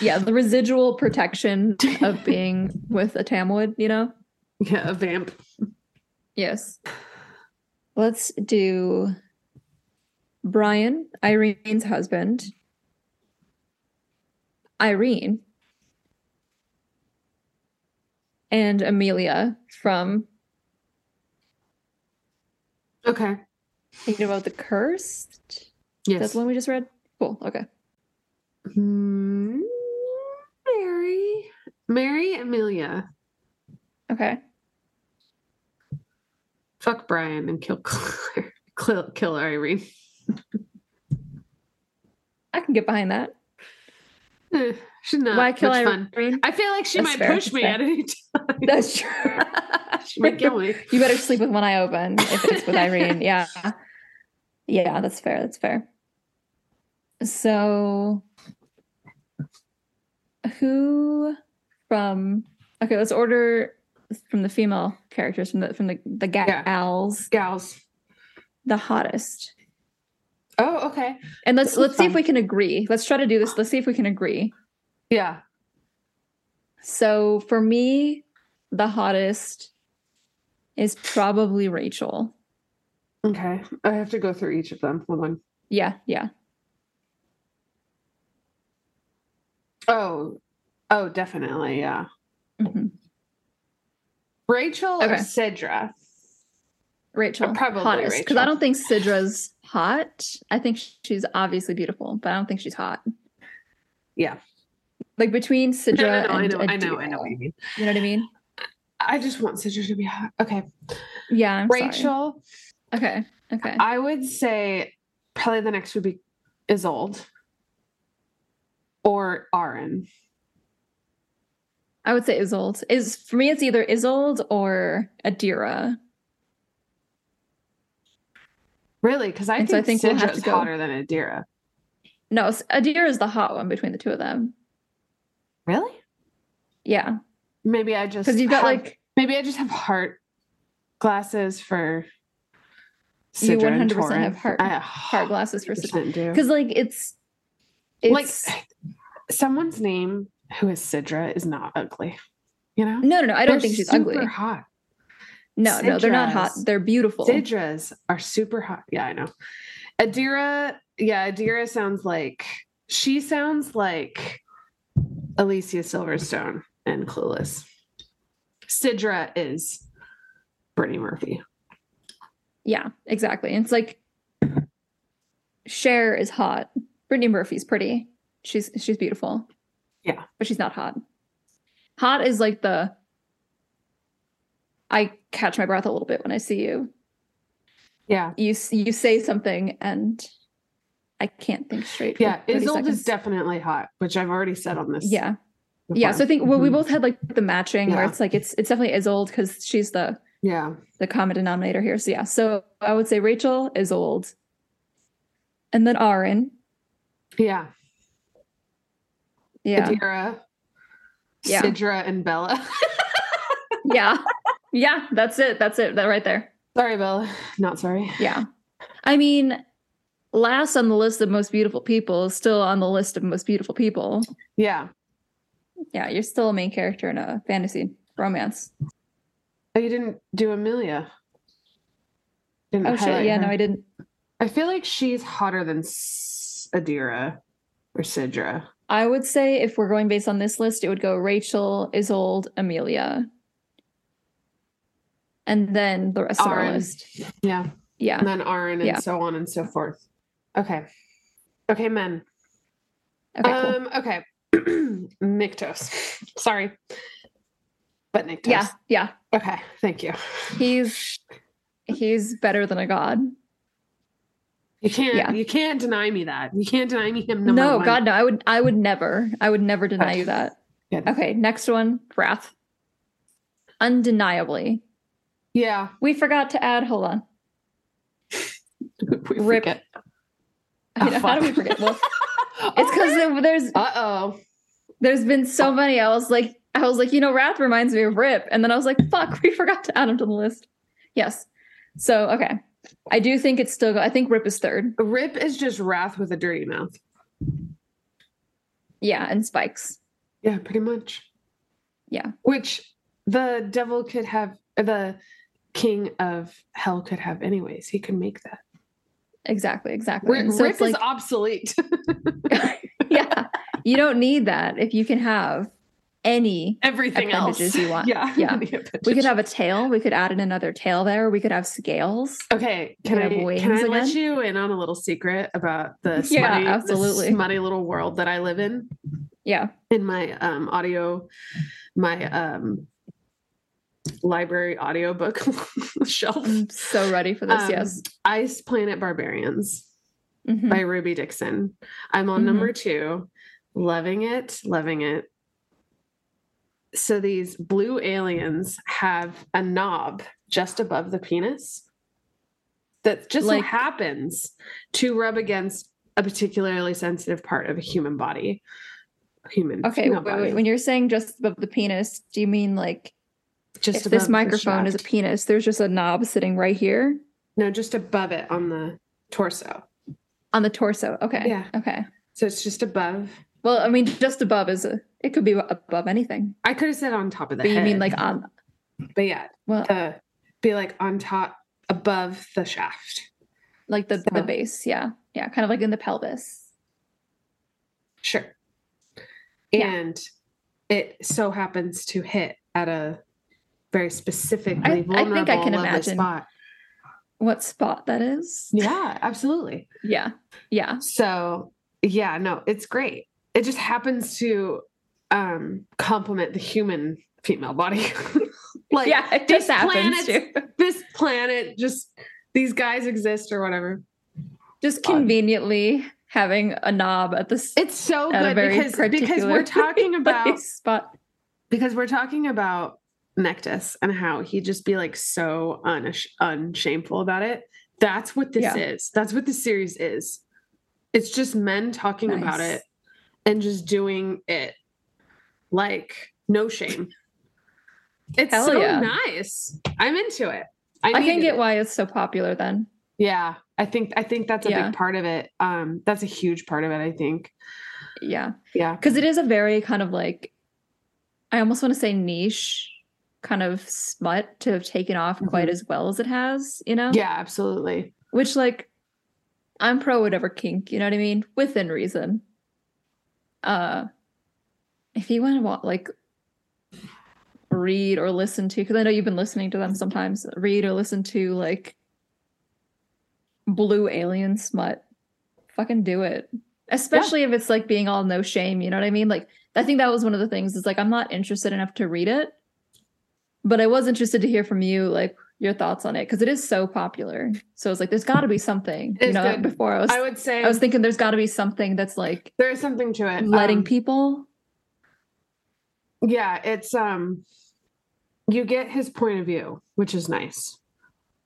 S1: yeah, the residual protection of being with a Tamwood, you know?
S3: Yeah, a vamp.
S1: Yes. Let's do Brian, Irene's husband. Irene. And Amelia from
S3: Okay.
S1: thinking about the cursed. That's
S3: Yes.
S1: the one we just read. Cool. Okay.
S3: Hmm, Mary. Mary Amelia.
S1: Okay.
S3: Fuck Brian and kill Claire. Kill, kill Irene.
S1: I can get behind that.
S3: Eh, She's not
S1: Why kill
S3: much
S1: Irene?
S3: fun. I feel like she
S1: That's
S3: might
S1: fair,
S3: push
S1: that's
S3: me
S1: fair.
S3: at any
S1: That's true.
S3: time. she might kill me.
S1: You better sleep with one eye open if it's with Irene. Yeah. Yeah, that's fair. That's fair. So who from okay, let's order from the female characters from the from the, the
S3: Yeah.
S1: gals,
S3: Gals.
S1: the hottest.
S3: Oh, okay.
S1: And let's
S3: This is
S1: let's see if
S3: fun.
S1: we can agree. Let's try to do this. Let's see if we can agree.
S3: Yeah.
S1: So for me, the hottest is probably Rachel.
S3: Okay. I have to go through each of them. Hold on.
S1: Yeah, yeah.
S3: Oh. Oh, definitely. Yeah.
S1: Mhm.
S3: Rachel or
S1: Okay.
S3: Sidra.
S1: Rachel,
S3: Uh, probably
S1: hottest because
S3: Rachel.
S1: I don't think Sidra's hot. I think sh- she's obviously beautiful, but I don't think she's hot.
S3: Yeah.
S1: Like between Sidra
S3: No, no, no, I
S1: and
S3: know.
S1: and
S3: I know. I
S1: Dira.
S3: know what you mean.
S1: You know what I mean?
S3: I just want Sidra to be hot. Okay.
S1: Yeah, I'm sorry.
S3: Rachel.
S1: Okay, okay,
S3: I would say probably the next would be Isolde or Aaron.
S1: I would say Isolde is for me. It's either Isolde or Adira.
S3: Really, because I,
S1: And so I
S3: think
S1: think we'll have
S3: Sidra's
S1: to go-
S3: hotter than Adira.
S1: No, S- Adira is the hot one between the two of them.
S3: Really?
S1: Yeah,
S3: Maybe I just
S1: because you've got
S3: have-
S1: like
S3: maybe I just have heart glasses for. Sidra
S1: you
S3: and
S1: 100% have
S3: Torrin.
S1: heart-
S3: I
S1: heart glasses for Sidra
S3: 100% do.
S1: because like it's
S3: Like
S1: it's
S3: someone's name who is Sidra is not ugly. You know,
S1: no no no. I don't think she's ugly.
S3: Hot.
S1: No no, they're not hot.
S3: Sidra's-
S1: They're beautiful.
S3: Sidras are super hot. Yeah, I know. Adira, yeah, Adira sounds like she sounds like Alicia Silverstone and Clueless. Sidra is Brittany Murphy.
S1: Yeah, exactly. And it's like Cher is hot. Brittany Murphy's pretty. She's she's beautiful.
S3: Yeah.
S1: But she's not hot. Hot is like the I catch my breath a little bit when I see you.
S3: Yeah.
S1: You s- you say something and I can't think straight. for
S3: Yeah,
S1: 30
S3: Isolde
S1: seconds.
S3: is definitely hot, which I've already said on this.
S1: Yeah. Yeah. So I think well, we
S3: Mhm.
S1: both had like the matching where
S3: Yeah.
S1: it's like it's it's definitely Isolde because she's the
S3: yeah,
S1: the common denominator here. So yeah. So I would say Rachel is old. And then Aaron.
S3: yeah,
S1: Yeah.
S3: Adira,
S1: Yeah.
S3: Sidra, and Bella.
S1: Yeah. Yeah. That's it. That's it. That right there.
S3: sorry, Bella. Not sorry.
S1: Yeah. I mean, last on the list of most beautiful people is still on the list of most beautiful people.
S3: Yeah,
S1: Yeah, you're still a main character in a fantasy romance.
S3: oh, you didn't do Amelia. Didn't
S1: Oh shit.
S3: highlight
S1: Yeah,
S3: her.
S1: no, I didn't.
S3: I feel like she's hotter than S- Adira or Sidra.
S1: I would say if we're going based on this list, it would go Rachel, Isolde, Amelia. And then the rest of our
S3: Aaron.
S1: list.
S3: Yeah,
S1: Yeah.
S3: and then Aaron and
S1: Yeah.
S3: so on and so forth. Okay, okay, men.
S1: Okay, cool.
S3: um, okay, Nyctos. Sorry, but Nyctos.
S1: Yeah, yeah.
S3: Okay, thank you.
S1: He's he's better than a god.
S3: You can't
S1: Yeah.
S3: you can't deny me that. You can't deny me him number
S1: No,
S3: one.
S1: God, no. I would I would never. I would never deny
S3: Okay.
S1: you that.
S3: Good.
S1: Okay, next one, Wrath. Undeniably.
S3: Yeah.
S1: We forgot to add, hold on.
S3: We
S1: Rip.
S3: forget.
S1: I
S3: Oh,
S1: know, how do we
S3: fuck.
S1: forget? Well, it's because there's
S3: Uh-oh.
S1: there's been so many. I was like, I was like, you know, Wrath reminds me of Rip, and then I was like, fuck, we forgot to add him to the list. Yes. So okay, I do think it's still. Go- I think Rip is third.
S3: Rip is just wrath with a dirty mouth.
S1: Yeah, and Spikes.
S3: Yeah, pretty much.
S1: Yeah.
S3: Which the devil could have the king of hell could have anyways. He could make that.
S1: Exactly. Exactly.
S3: Rip,
S1: And so
S3: Rip
S1: it's like,
S3: is obsolete.
S1: yeah, you don't need that if you can have any.
S3: Everything else.
S1: Appendages you want.
S3: Yeah.
S1: Yeah.
S3: any
S1: We could
S3: appendages.
S1: have a tail. We could add in another tail there. We could have scales.
S3: Okay, can
S1: could
S3: I
S1: have wings
S3: can I let
S1: again.
S3: you in on a little secret about the smutty,
S1: Yeah,
S3: the
S1: absolutely.
S3: smutty little world that I live in?
S1: Yeah.
S3: in my um audio my um library audiobook shelf
S1: I'm so ready for this.
S3: Um,
S1: Mm, yes.
S3: ice planet barbarians
S1: Mhm.
S3: by ruby dixon i'm on
S1: Mhm.
S3: number two loving it loving it so these blue aliens have a knob just above the penis that just so
S1: Like-
S3: happens to rub against a particularly sensitive part of a human body human
S1: Okay.
S3: female
S1: Wait, wait,
S3: body.
S1: When you're saying just above the penis, do you mean like
S3: just
S1: if this
S3: above the
S1: microphone is a
S3: shaft.
S1: penis, there's just a knob sitting right here
S3: no just above it on the torso
S1: on the torso. Okay.
S3: Yeah.
S1: Okay.
S3: so it's just above
S1: Well, I mean, just above is a, it could be above anything.
S3: i could have said on top of the
S1: But you
S3: head,
S1: mean like on?
S3: but yeah
S1: Well,
S3: the be like on top above the shaft
S1: like the the
S3: so-
S1: base. Yeah. Yeah. Kind of like in the pelvis.
S3: sure
S1: Yeah.
S3: and it so happens to hit at a very specifically
S1: I think I
S3: vulnerable
S1: can
S3: lovely
S1: imagine.
S3: spot
S1: What spot that is?
S3: yeah absolutely
S1: Yeah. Yeah.
S3: so yeah no it's great it just happens to um complement the human female body like
S1: yeah. It
S3: this
S1: just happens
S3: planet's
S1: too.
S3: this planet just these guys exist or whatever.
S1: Just conveniently having a knob at this
S3: It's so
S1: At a
S3: good
S1: very
S3: because because
S1: particular
S3: we're talking about
S1: spot.
S3: because we're talking about Nectus and how he'd just be like so unash- unshameful about it. That's what this
S1: Yeah.
S3: is. That's what the series is. It's just men talking about
S1: Nice.
S3: it and just doing it like no shame. It's
S1: Hell
S3: so
S1: yeah.
S3: nice. I'm into it.
S1: I can
S3: needed
S1: get
S3: it.
S1: why it's so popular then.
S3: Yeah, I think I think that's a
S1: Yeah.
S3: big part of it. Um, that's a huge part of it. I think.
S1: Yeah.
S3: Yeah,
S1: because it is a very kind of like i almost want to say niche kind of smut to have taken off quite
S3: Mhm.
S1: as well as it has you know
S3: yeah, absolutely.
S1: which like i'm pro whatever kink you know what i mean within reason uh if you want to wa- like read or listen to because i know you've been listening to them sometimes read or listen to like blue alien smut fucking do it especially if it's like being all no shame you know what i mean like i think that was one of the things is like i'm not interested enough to read it but i was interested to hear from you like your thoughts on it because it is so popular. So it's like there's got to be something.
S3: It's
S1: you know,
S3: good.
S1: before I was,
S3: I
S1: I,
S3: would say
S1: was thinking there's got to be something that's like
S3: there is something to it.
S1: letting
S3: Um,
S1: people.
S3: Yeah, it's um you get his point of view, which is nice.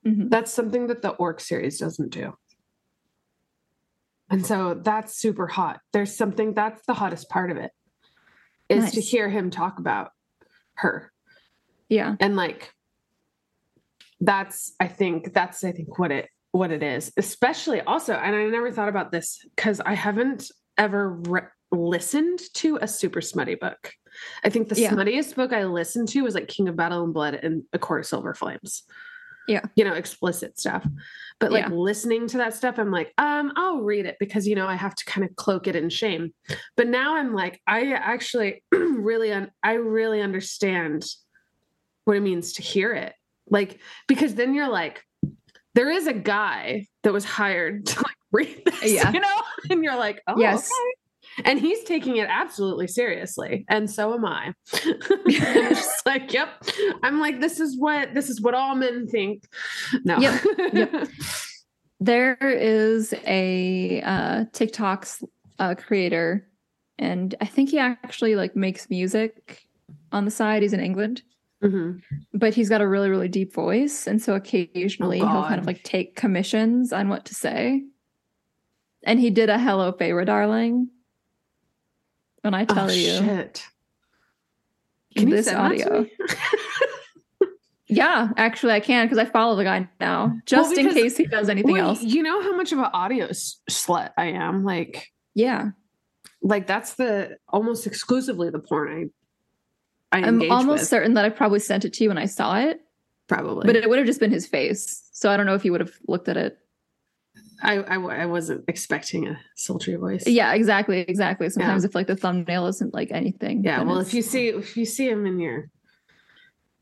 S1: Mhm.
S3: That's something that the orc series doesn't do. And so that's super hot. There's something that's the hottest part of it is to
S1: Nice.
S3: hear him talk about her.
S1: Yeah,
S3: And like that's I think that's I think what it what it is. Especially also and I never thought about this cuz I haven't ever re- listened to a super smutty book. I think the
S1: Yeah.
S3: smuttiest book I listened to was like King of Battle and Blood and A Court of Silver Flames.
S1: Yeah.
S3: You know, explicit stuff. But like
S1: Yeah.
S3: listening to that stuff, I'm like, um, I'll read it because you know I have to kind of cloak it in shame. But now I'm like, I actually really un- I really understand what it means to hear it. Like, because then you're like, there is a guy that was hired to like read this,
S1: Yeah.
S3: you know? And you're like, oh
S1: Yes.
S3: okay. And he's taking it absolutely seriously. And so am I. I'm just like, yep. I'm like, this is what this is what all men think. No.
S1: Yep, there is a uh, TikToks uh, creator, and I think he actually like makes music on the side. He's in England.
S3: Mhm.
S1: but he's got a really really deep voice and so occasionally he'll kind
S3: Oh, God.
S1: of like take commissions on what to say and he did a hello Feyre darling when i tell
S3: oh,
S1: you
S3: Shit. Can you
S1: this
S3: send that to
S1: audio
S3: me?
S1: yeah actually i can because i follow the guy now just in
S3: because-
S1: case he does anything
S3: Well,
S1: else
S3: You know how much of an audio s- slut I am. Like,
S1: yeah
S3: like that's the almost exclusively the porn I, I
S1: i'm
S3: engage
S1: almost
S3: with,
S1: certain that i probably sent it to you when i saw it
S3: probably.
S1: but it would have just been his face so i don't know if you would have looked at it
S3: I, I w- I wasn't expecting a sultry voice.
S1: yeah exactly exactly sometimes if like the thumbnail isn't like anything
S3: yeah.
S1: then
S3: Well,
S1: it's-
S3: if you see if you see him in your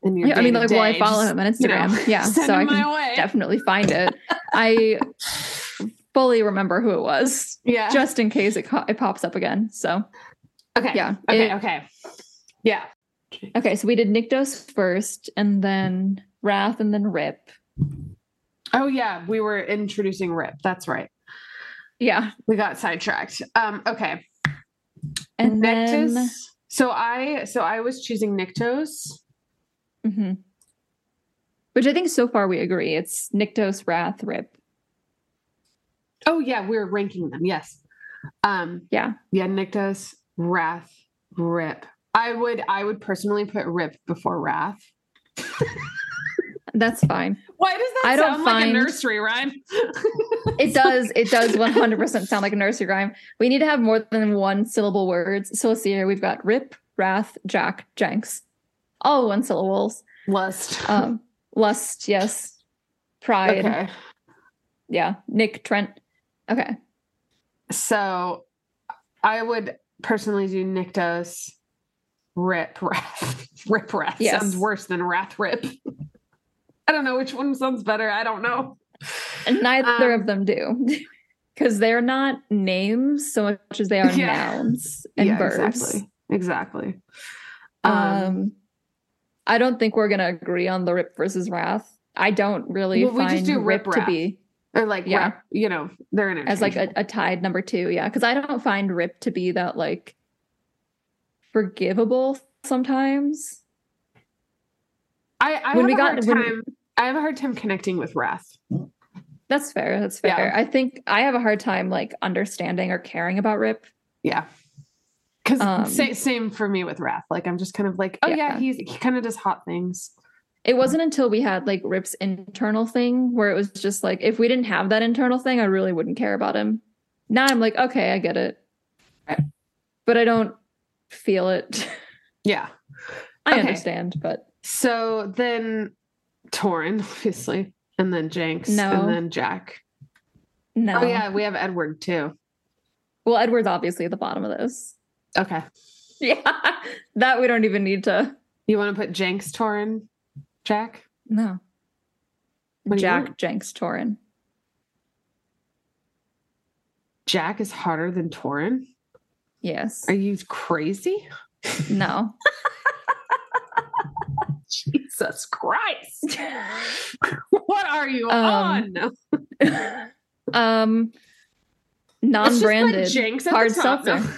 S3: in your,
S1: yeah, i mean like well i
S3: day-to-day,
S1: follow
S3: just,
S1: him on
S3: you know,
S1: instagram yeah
S3: send
S1: so i
S3: him
S1: can
S3: my way.
S1: definitely find it. I fully remember who it was,
S3: Yeah.
S1: just in case it, co- it pops up again. So,
S3: okay.
S1: yeah.
S3: Okay.
S1: it-
S3: okay. Yeah.
S1: okay, so we did Nikdos first, and then Wrath, and then Rip.
S3: Oh yeah, we were introducing Rip. That's right.
S1: Yeah,
S3: We got sidetracked. Um. Okay.
S1: and
S3: Nectus.
S1: then
S3: So I so I was choosing Nictos.
S1: Mhm. which I think so far we agree it's Nikdos, Wrath, Rip.
S3: Oh yeah, we were ranking them. Yes. Um.
S1: Yeah.
S3: Yeah. Nictos, Wrath, Rip. I would I would personally put Rip before Wrath.
S1: That's fine.
S3: Why does that
S1: I don't
S3: sound like a
S1: find-
S3: nursery rhyme?
S1: It does. It does 100% sound like a nursery rhyme. We need to have more than one syllable words. So let's see here. We've got Rip, Wrath, Jack, Jenks. All one syllables.
S3: Lust.
S1: um, lust, yes, pride,
S3: okay.
S1: yeah, Nick Trent. Okay,
S3: So I would personally do Nictos, Rip, Wrath. Rip Wrath
S1: Yes.
S3: sounds worse than Wrath Rip. I don't know which one sounds better. I don't know.
S1: and neither
S3: Um,
S1: of them do because they're not names so much as they are
S3: Yeah.
S1: nouns and verbs.
S3: Exactly. Exactly.
S1: Um,
S3: Um,
S1: I don't think we're gonna agree on the rip versus wrath. I don't really
S3: Well, we just
S1: find
S3: do
S1: rip,
S3: rip
S1: to
S3: wrath.
S1: be
S3: or like
S1: yeah.
S3: rap, you know, they're in
S1: as like a, a tied number two, yeah, because I don't find rip to be that like forgivable sometimes.
S3: I, I
S1: when
S3: have
S1: we
S3: a
S1: got-
S3: hard
S1: when-
S3: time I have a hard time connecting with Wrath.
S1: That's fair. That's
S3: Yeah.
S1: fair. I think I have a hard time like understanding or caring about Rip.
S3: Yeah. Cause
S1: Um,
S3: sa- same for me with Wrath. Like I'm just kind of like, oh yeah,
S1: Yeah.
S3: he's he kind of does hot things.
S1: It wasn't until we had like Rip's internal thing where it was just like, if we didn't have that internal thing, I really wouldn't care about him. Now I'm like, okay, I get it.
S3: Right.
S1: But I don't feel it.
S3: Yeah.
S1: I
S3: Okay.
S1: understand, but
S3: So then Torin, obviously, and then Jenks,
S1: No.
S3: and then Jack.
S1: no.
S3: Oh yeah, we have Edward too.
S1: Well, Edward's obviously at the bottom of this.
S3: Okay.
S1: Yeah. that we don't even need to.
S3: You want to put Jenks, Torin, Jack?
S1: No.
S3: What do you
S1: Jack
S3: want?
S1: Jenks Torin.
S3: Jack is hotter than Torin.
S1: Yes.
S3: Are you crazy?
S1: No.
S3: Jesus Christ. What are you on?
S1: um,
S3: It's just, like,
S1: non-branded.
S3: Jenks at the
S1: hard
S3: top. No.
S1: seltzer.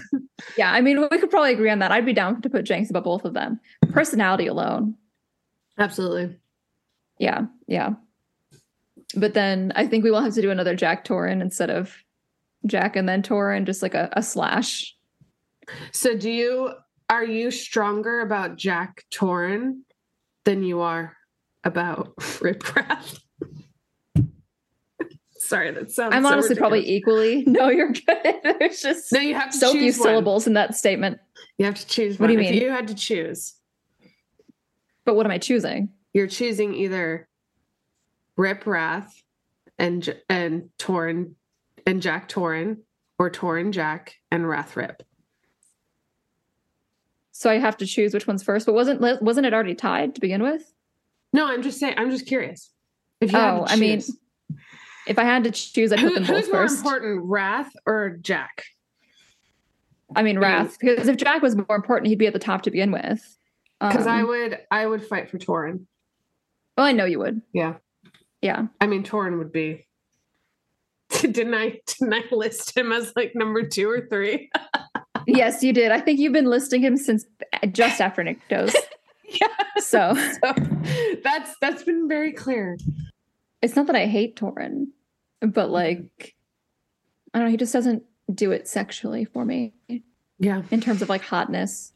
S1: yeah, I mean, we could probably agree on that. I'd be down to put Jenks about both of them. Personality alone,
S3: Absolutely.
S1: yeah, yeah. But then I think we will have to do another Jack Torin instead of Jack and then Torin, just like a, a slash.
S3: So do you are you stronger about Jack Torrin than you are about Riprap? Sorry, that sounds
S1: I'm
S3: so
S1: honestly probably
S3: ridiculous.
S1: equally. No, you're good. There's just
S3: No, you have to
S1: so few
S3: choose one.
S1: syllables in that statement.
S3: You have to choose
S1: What
S3: one.
S1: do you
S3: If
S1: mean?
S3: you had to choose,
S1: But what am I choosing?
S3: you're choosing either Rip Wrath and J- and Torrin and Jack Torrin or Torrin Jack and Wrath Rip.
S1: So I have to choose which one's first. But wasn't wasn't it already tied to begin with?
S3: No, I'm just saying. I'm just curious. If you had
S1: Oh,
S3: to
S1: I mean,
S3: choose,
S1: If I had to choose, I'd put
S3: who-
S1: them both
S3: who's more
S1: first.
S3: important, Wrath or Jack?
S1: I mean, Wrath, because if Jack was more important, he'd be at the top to begin with.
S3: Because I
S1: Um,
S3: would, I would fight for Torin.
S1: well, I know you would.
S3: Yeah,
S1: Yeah.
S3: I mean, Torin would be. Didn't I? Didn't I list him as like number two or three?
S1: Yes, you did. I think you've been listing him since uh, just after Nick Does.
S3: Yeah.
S1: So
S3: So that's that's been very clear.
S1: it's not that I hate Torin, but
S3: Mm-hmm.
S1: like, I don't know. He just doesn't do it sexually for me
S3: Yeah,
S1: in terms of like hotness.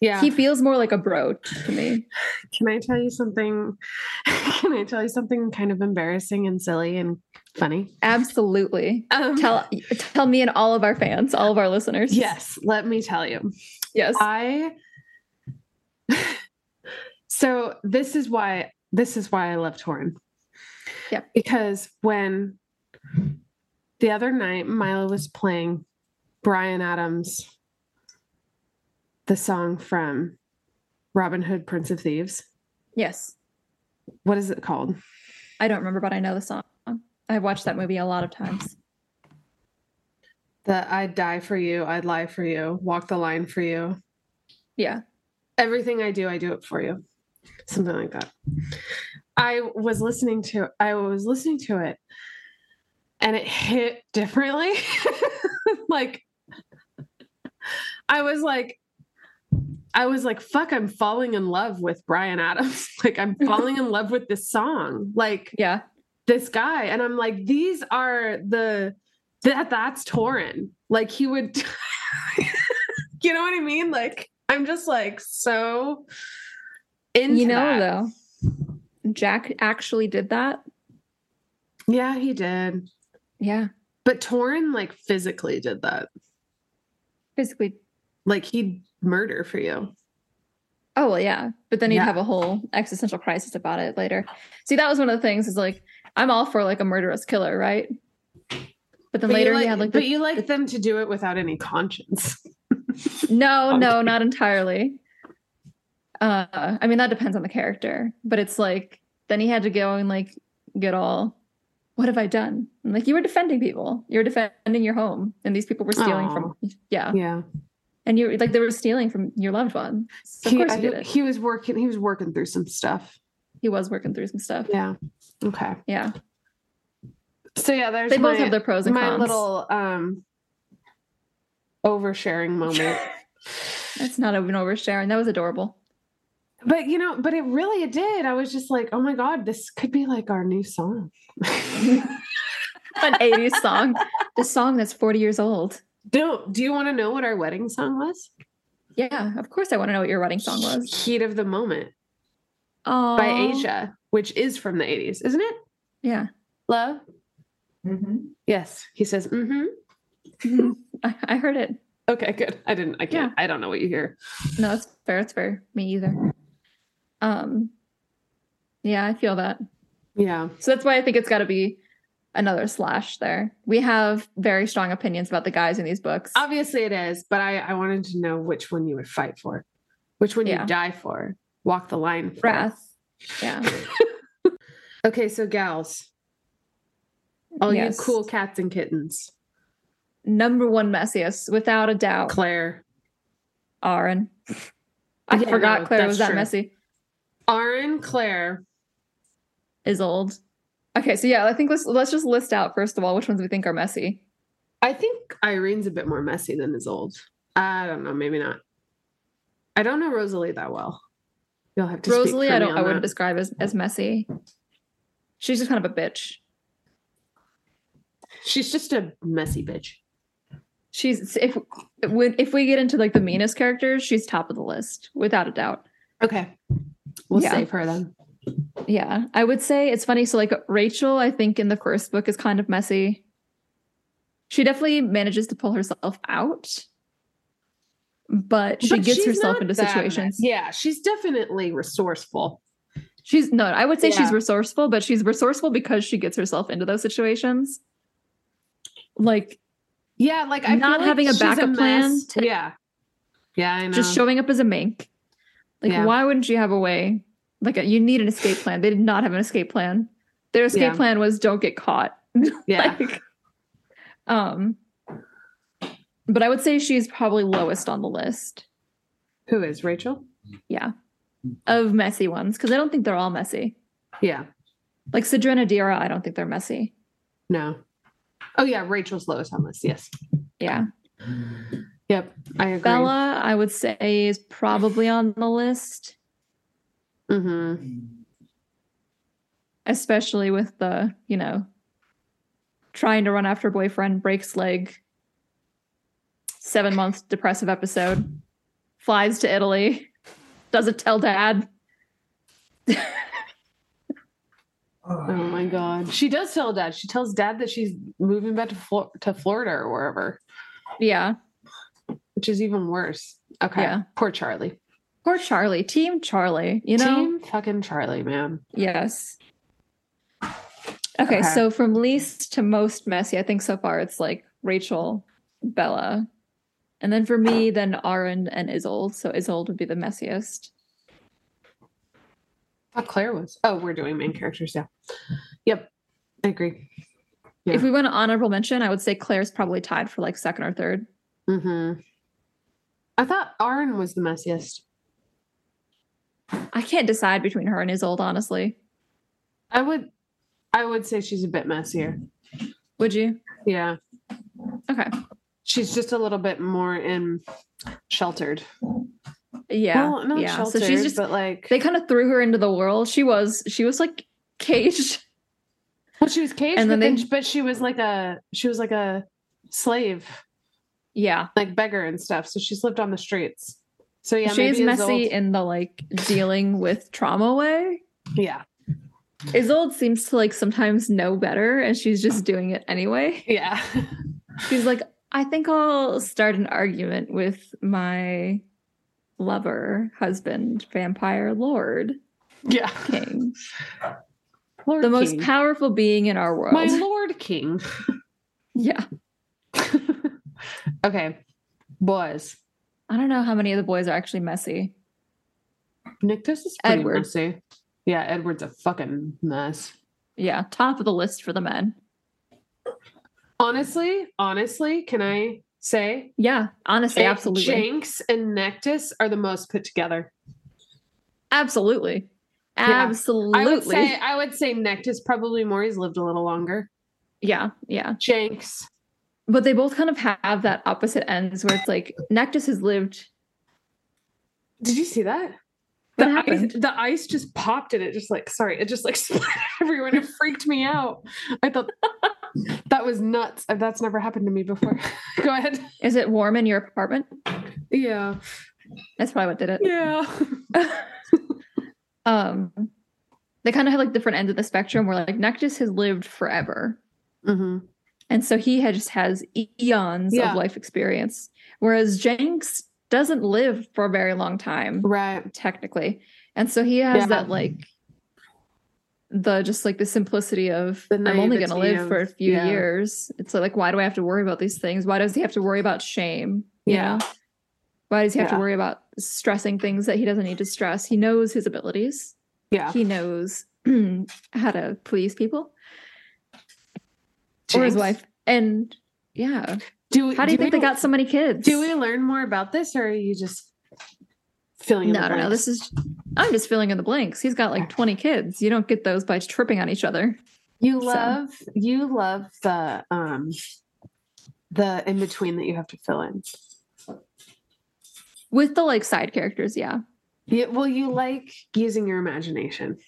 S3: yeah.
S1: He feels more like a broach to me.
S3: Can I tell you something? Can I tell you something kind of embarrassing and silly and funny?
S1: Absolutely.
S3: Um,
S1: Tell tell me and all of our fans, all of our listeners.
S3: Yes, Uh, let me tell you.
S1: Yes.
S3: I so this is why this is why I love Torin.
S1: Yeah.
S3: Because when the other night Milo was playing Brian Adams the song from Robin Hood Prince of Thieves.
S1: yes.
S3: What is it called?
S1: I don't remember, but I know the song. I've watched that movie a lot of times.
S3: The I'd die for you, I'd lie for you, walk the line for you.
S1: Yeah.
S3: everything I do, I do it for you. Something like that. I was listening to I was listening to it and it hit differently. like I was like I was like fuck I'm falling in love with Brian Adams. like I'm falling in love with this song. Like
S1: Yeah.
S3: this guy and i'm like these are the that that's torin like he would you know what i mean like i'm just like so into
S1: you know,
S3: that.
S1: though, Jack actually did that.
S3: yeah he did
S1: Yeah.
S3: but torin like physically did that
S1: Basically,
S3: like he'd murder for you
S1: oh, well, yeah. But then he'd
S3: Yeah.
S1: have a whole existential crisis about it later. See, that was one of the things is like, I'm all for like a murderous killer, right? But then
S3: but
S1: later
S3: you like,
S1: he had like,
S3: but
S1: the,
S3: you like them to do it without any conscience Oh,
S1: no, no, not entirely. Uh, I mean, that depends on the character, but it's like, then he had to go and like get all, what have I done? And, like, you were defending people, you were defending your home, and these people were stealing from, yeah.
S3: yeah
S1: And you like, they were stealing from your loved one. So of
S3: he,
S1: course
S3: I
S1: he did it.
S3: think he was working he was working through some stuff
S1: he was working through some stuff.
S3: yeah okay
S1: Yeah.
S3: so yeah there's
S1: They both
S3: my-
S1: have their pros and
S3: my
S1: cons.
S3: little um oversharing moment
S1: That's not even oversharing. That was adorable.
S3: but you know but it really it did i was just like oh my god this could be like our new song
S1: An 80s song. The song that's 40 years old.
S3: do, do you want to know what our wedding song was
S1: Yeah, of course I want to know what your wedding song was.
S3: heat of the moment
S1: Oh.
S3: by asia which is from the 80s isn't it
S1: Yeah.
S3: love yes he says mm-hmm
S1: Mhm. I, I heard it.
S3: okay good i didn't i can't i don't know what you hear
S1: No, that's fair. It's fair. Me either. Um yeah, I feel that.
S3: yeah
S1: So that's why I think it's gotta be another slash there. We have very strong opinions about the guys in these books.
S3: obviously it is but i i wanted to know which one you would fight for which one
S1: Yeah.
S3: you die for walk the line for
S1: Wrath. Yeah.
S3: Okay, so gals. All
S1: Yes.
S3: you cool cats and kittens.
S1: Number one messiest, without a doubt.
S3: Claire.
S1: Aaron. I
S3: Yeah,
S1: forgot
S3: no,
S1: Claire
S3: that's
S1: was that
S3: true.
S1: messy.
S3: Aaron Claire.
S1: is old. Okay, so yeah, I think let's let's just list out first of all which ones we think are messy.
S3: I think Irene's a bit more messy than is old. I don't know, maybe not. I don't know Rosalie that well. You'll have to speak
S1: Rosalie,
S3: for
S1: I
S3: me
S1: don't
S3: on
S1: I wouldn't
S3: that.
S1: describe as as messy. She's just kind of a bitch.
S3: She's just a messy bitch.
S1: She's if when if we get into like the meanest characters, she's top of the list without a doubt.
S3: Okay. We'll
S1: Yeah.
S3: save her then.
S1: Yeah, I would say it's funny. So like Rachel, I think in the first book is kind of messy. She definitely manages to pull herself out, but she
S3: But
S1: gets
S3: she's
S1: herself
S3: not
S1: into
S3: that
S1: situations.
S3: messy. Yeah, she's definitely resourceful.
S1: She's no, I would say she's
S3: Yeah.
S1: resourceful, but she's resourceful because she gets herself into those situations. Like
S3: Yeah, like I feel
S1: Not
S3: like
S1: having a
S3: she's
S1: backup
S3: mess.
S1: plan to-
S3: yeah. Yeah, I know.
S1: just showing up as a mink. Like,
S3: Yeah.
S1: why wouldn't you have a way? Like, you need an escape plan. They did not have an escape plan. Their escape
S3: Yeah.
S1: plan was don't get caught.
S3: yeah.
S1: Like, um, but I would say she's probably lowest on the list.
S3: Who is Rachel?
S1: Yeah, of messy ones because I don't think they're all messy.
S3: Yeah.
S1: Like Sedrina Dira, I don't think they're messy.
S3: No. Oh yeah, Rachel's lowest on this. Yes.
S1: Yeah,
S3: Yep. I agree.
S1: Bella, I would say is probably on the list,
S3: Mm-hmm.
S1: especially with the you know trying to run after boyfriend, breaks leg, seven month depressive episode, flies to Italy, doesn't tell dad.
S3: Oh my god. She does tell dad. She tells dad that she's moving back to Flor- to Florida or wherever,
S1: Yeah.
S3: which is even worse. Okay.
S1: Yeah.
S3: Poor Charlie.
S1: Poor Charlie, Team Charlie, you know?
S3: Team fucking Charlie, man.
S1: Yes. Okay,
S3: Okay.
S1: so from least to most messy, I think so far it's like Rachel, Bella, and then for me, then Aaron and Isolde. So Isolde would be the messiest.
S3: Thought Claire was. Oh, we're doing main characters. Yeah. Yep. I agree. Yeah.
S1: If we went to honorable mention, I would say Claire's probably tied for like second or third.
S3: Mm-hmm. I thought Arn was the messiest.
S1: I can't decide between her and Isolde, honestly.
S3: I would I would say she's a bit messier.
S1: Would you?
S3: Yeah.
S1: Okay.
S3: She's just a little bit more in sheltered.
S1: Yeah.
S3: Well, not
S1: yeah.
S3: sheltered,
S1: so she's just
S3: but like
S1: they kind of threw her into the world. She was she was like caged.
S3: Well, she was caged,
S1: And
S3: but,
S1: then
S3: then
S1: they-
S3: but she was like a she was like a slave,
S1: Yeah.
S3: like beggar and stuff. So she's lived on the streets. So yeah,
S1: she is
S3: maybe
S1: messy
S3: Isolde-
S1: in the like dealing with trauma way.
S3: yeah,
S1: Isolde seems to like sometimes know better and she's just doing it anyway.
S3: yeah,
S1: She's like, I think I'll start an argument with my lover, husband, vampire lord,
S3: yeah.
S1: king,
S3: Lord
S1: the most
S3: King.
S1: powerful being in our world.
S3: my Lord King.
S1: yeah.
S3: okay, boys.
S1: I don't know how many of the boys are actually messy.
S3: Nyctis is pretty
S1: Edward.
S3: messy. Yeah, Edward's a fucking mess.
S1: Yeah, top of the list for the men.
S3: Honestly, honestly, can I say?
S1: Yeah, honestly,
S3: Ja-
S1: absolutely.
S3: Jenks and Nectis are the most put together.
S1: Absolutely.
S3: Yeah.
S1: Absolutely.
S3: I would say I would say Nectis probably more. He's lived a little longer.
S1: yeah, yeah.
S3: Jenks.
S1: but they both kind of have that opposite ends where it's like Nectus has lived.
S3: Did you see that?
S1: What
S3: the
S1: happened?
S3: ice, the ice just popped and it just like sorry, it just like split everywhere and it freaked me out. I thought that was nuts. Uh, That's never happened to me before. Go ahead.
S1: Is it warm in your apartment?
S3: Yeah.
S1: That's probably what did it.
S3: Yeah.
S1: Um, they kind of have like different ends of the spectrum where like Nectus has lived forever,
S3: Mm-hmm.
S1: and so he had, just has eons
S3: Yeah.
S1: of life experience, whereas Jenks doesn't live for a very long time
S3: Right.
S1: technically, and so he has
S3: Yeah.
S1: that like the just like the simplicity of
S3: The
S1: I'm only going to
S3: naivety
S1: live
S3: of-
S1: for a few
S3: yeah.
S1: years. It's like why do I have to worry about these things? Why does he have to worry about shame? you
S3: Yeah.
S1: know? Why does he have to
S3: Yeah.
S1: worry about stressing things that he doesn't need to stress? He knows his abilities.
S3: Yeah.
S1: He knows how to please people or his
S3: Jinx.
S1: wife. And yeah,
S3: Do we,
S1: how do you think
S3: we,
S1: they got so many kids?
S3: Do we learn more about this or are you just Filling in
S1: No,
S3: the
S1: I don't know.
S3: blanks.
S1: This is I'm just filling in the blanks. He's got like 20 kids. You don't get those by tripping on each other.
S3: you
S1: so.
S3: love you love the um the in between that you have to fill in.
S1: With the like side characters, yeah.
S3: Yeah, well, you like using your imagination.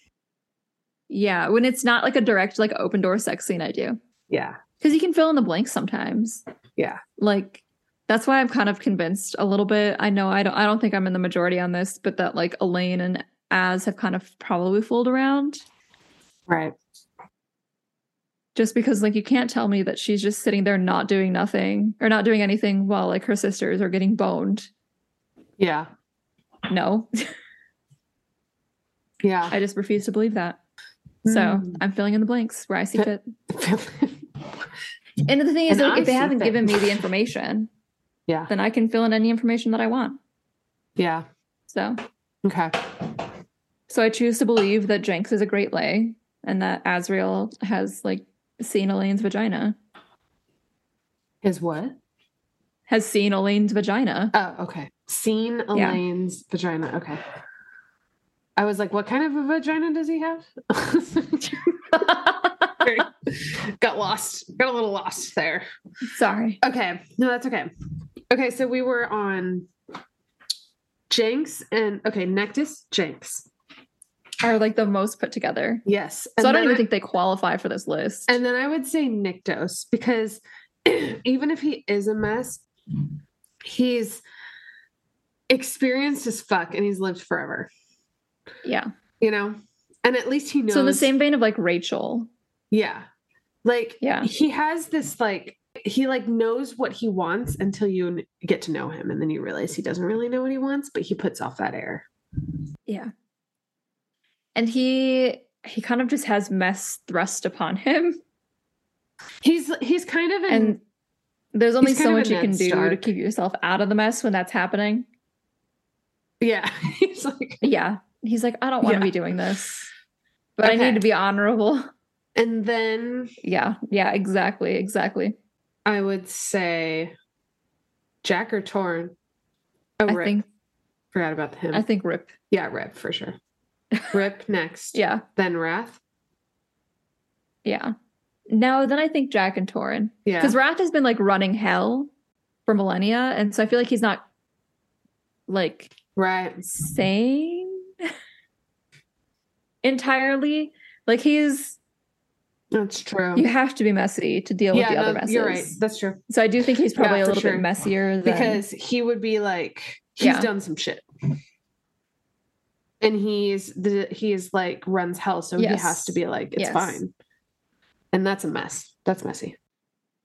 S1: Yeah. When it's not like a direct, like open door sex scene, I do.
S3: Yeah.
S1: Because you can fill in the blanks sometimes.
S3: Yeah.
S1: Like that's why I'm kind of convinced a little bit. I know I don't I don't think I'm in the majority on this, but that like Elaine and Az have kind of probably fooled around.
S3: Right.
S1: Just because like you can't tell me that she's just sitting there not doing nothing or not doing anything while like her sisters are getting boned.
S3: Yeah.
S1: No.
S3: Yeah.
S1: I just refuse to believe that. So
S3: Mm.
S1: I'm filling in the blanks where I see fit. And the thing is,
S3: And
S1: like,
S3: I
S1: if they
S3: see
S1: haven't
S3: fit.
S1: given me the information,
S3: Yeah.
S1: then I can fill in any information that I want.
S3: yeah.
S1: So,
S3: Okay.
S1: so I choose to believe that Jenks is a great lay and that Azrael has like seen Elaine's vagina.
S3: His what?
S1: Has seen Elaine's vagina.
S3: Oh, okay. Seen
S1: Yeah.
S3: Elaine's vagina. Okay. I was like, what kind of a vagina does he have? Got lost. Got a little lost there.
S1: Sorry.
S3: Okay. No, that's okay. Okay, so we were on Jenks and okay, Nectus Jenks.
S1: Are like the most put together.
S3: Yes.
S1: So I
S3: And
S1: don't
S3: then
S1: even think they qualify for this list.
S3: And then I would say Nikdos because even if he is a mess, he's experienced as fuck and he's lived forever,
S1: yeah.
S3: you know? And at least he knows.
S1: So in the same vein of like Rachel.
S3: Yeah. Like,
S1: Yeah.
S3: he has this, like, he like knows what he wants until you n- get to know him and then you realize he doesn't really know what he wants but he puts off that air
S1: Yeah. And he he kind of just has mess thrust upon him.
S3: he's he's kind of in
S1: and there's only
S3: Hmm. he's
S1: so
S3: kind of
S1: much
S3: a
S1: you can
S3: Ned
S1: do to
S3: Stark.
S1: keep yourself out of the mess when that's happening.
S3: yeah he's like
S1: Yeah. He's like, I don't want to
S3: Yeah.
S1: be doing this, but I
S3: Okay.
S1: need to be honorable.
S3: and then
S1: Yeah. Yeah. Exactly. Exactly.
S3: i would say jack or torn oh,
S1: I
S3: Rip.
S1: think,
S3: Forgot about him.
S1: I think Rip.
S3: yeah, Rip for sure. Rip next.
S1: Yeah.
S3: Then Wrath.
S1: Yeah. No, then I think Jack and Torin.
S3: Yeah.
S1: Because Wrath has been like running hell for millennia. And so I feel like he's not like
S3: Right.
S1: sane entirely. Like he's,
S3: That's true.
S1: you have to be messy to deal
S3: Um, yeah,
S1: with the other
S3: no,
S1: messes.
S3: you're right. That's true.
S1: So I do think he's probably
S3: Yeah,
S1: a
S3: for
S1: little
S3: sure.
S1: bit messier than
S3: Because he would be like, he's
S1: Yeah.
S3: done some shit. And he's the he is like runs hell, so he
S1: Yes.
S3: has to be like, it's
S1: Yes.
S3: fine. And that's a mess. That's messy.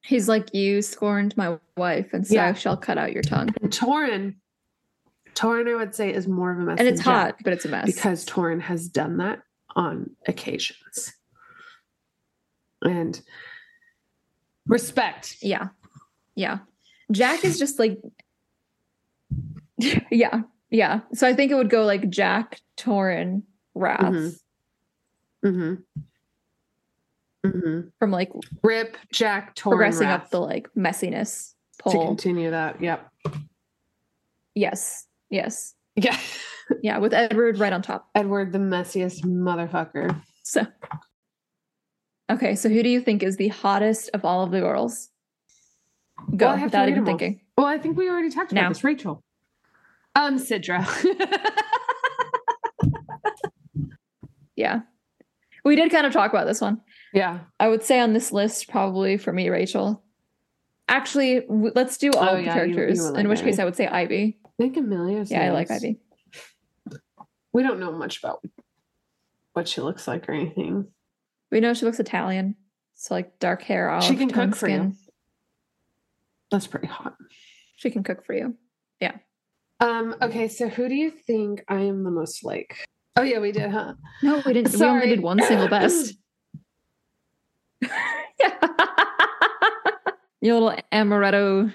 S1: he's like, "You scorned my wife, and so
S3: Yeah.
S1: I shall cut out your tongue."
S3: And Torin, Torin, I would say, is more of a mess.
S1: and
S3: than
S1: it's hot,
S3: Jack
S1: but it's a mess.
S3: because Torin has done that on occasions. And respect.
S1: yeah, yeah. Jack is just like, yeah, yeah. So I think it would go like Jack, Torin, Wrath
S3: Mhm. Mm-hmm. Mm-hmm.
S1: from like
S3: Rip, Jack, Torn,
S1: progressing up the like messiness
S3: to
S1: pole.
S3: continue that. Yep.
S1: Yes, yes,
S3: Yeah.
S1: yeah. With Edward right on top.
S3: Edward, the messiest motherfucker.
S1: So, okay. So who do you think is the hottest of all of the girls? Go
S3: Well, I have to
S1: without
S3: read
S1: even
S3: them all.
S1: thinking.
S3: Well, I think we already talked about
S1: No.
S3: this. Rachel. Um, Sidra.
S1: Yeah. We did kind of talk about this one.
S3: yeah.
S1: I would say on this list, probably for me, Rachel. Actually, w- let's do all
S3: Oh,
S1: of the
S3: yeah, you- you
S1: characters,
S3: were like
S1: in which case
S3: Ivy.
S1: I would say Ivy.
S3: I think Amelia's.
S1: Yeah, I like
S3: nice.
S1: Ivy.
S3: We don't know much about what she looks like or anything.
S1: We know she looks Italian. So, like dark hair, olive
S3: She can
S1: tone
S3: cook for you.
S1: skin.
S3: That's pretty hot.
S1: She can cook for you.
S3: Um, okay, so who do you think I am the most like? Oh yeah, we did, huh?
S1: No, we didn't. We
S3: Sorry.
S1: only did one single best. Your little amaretto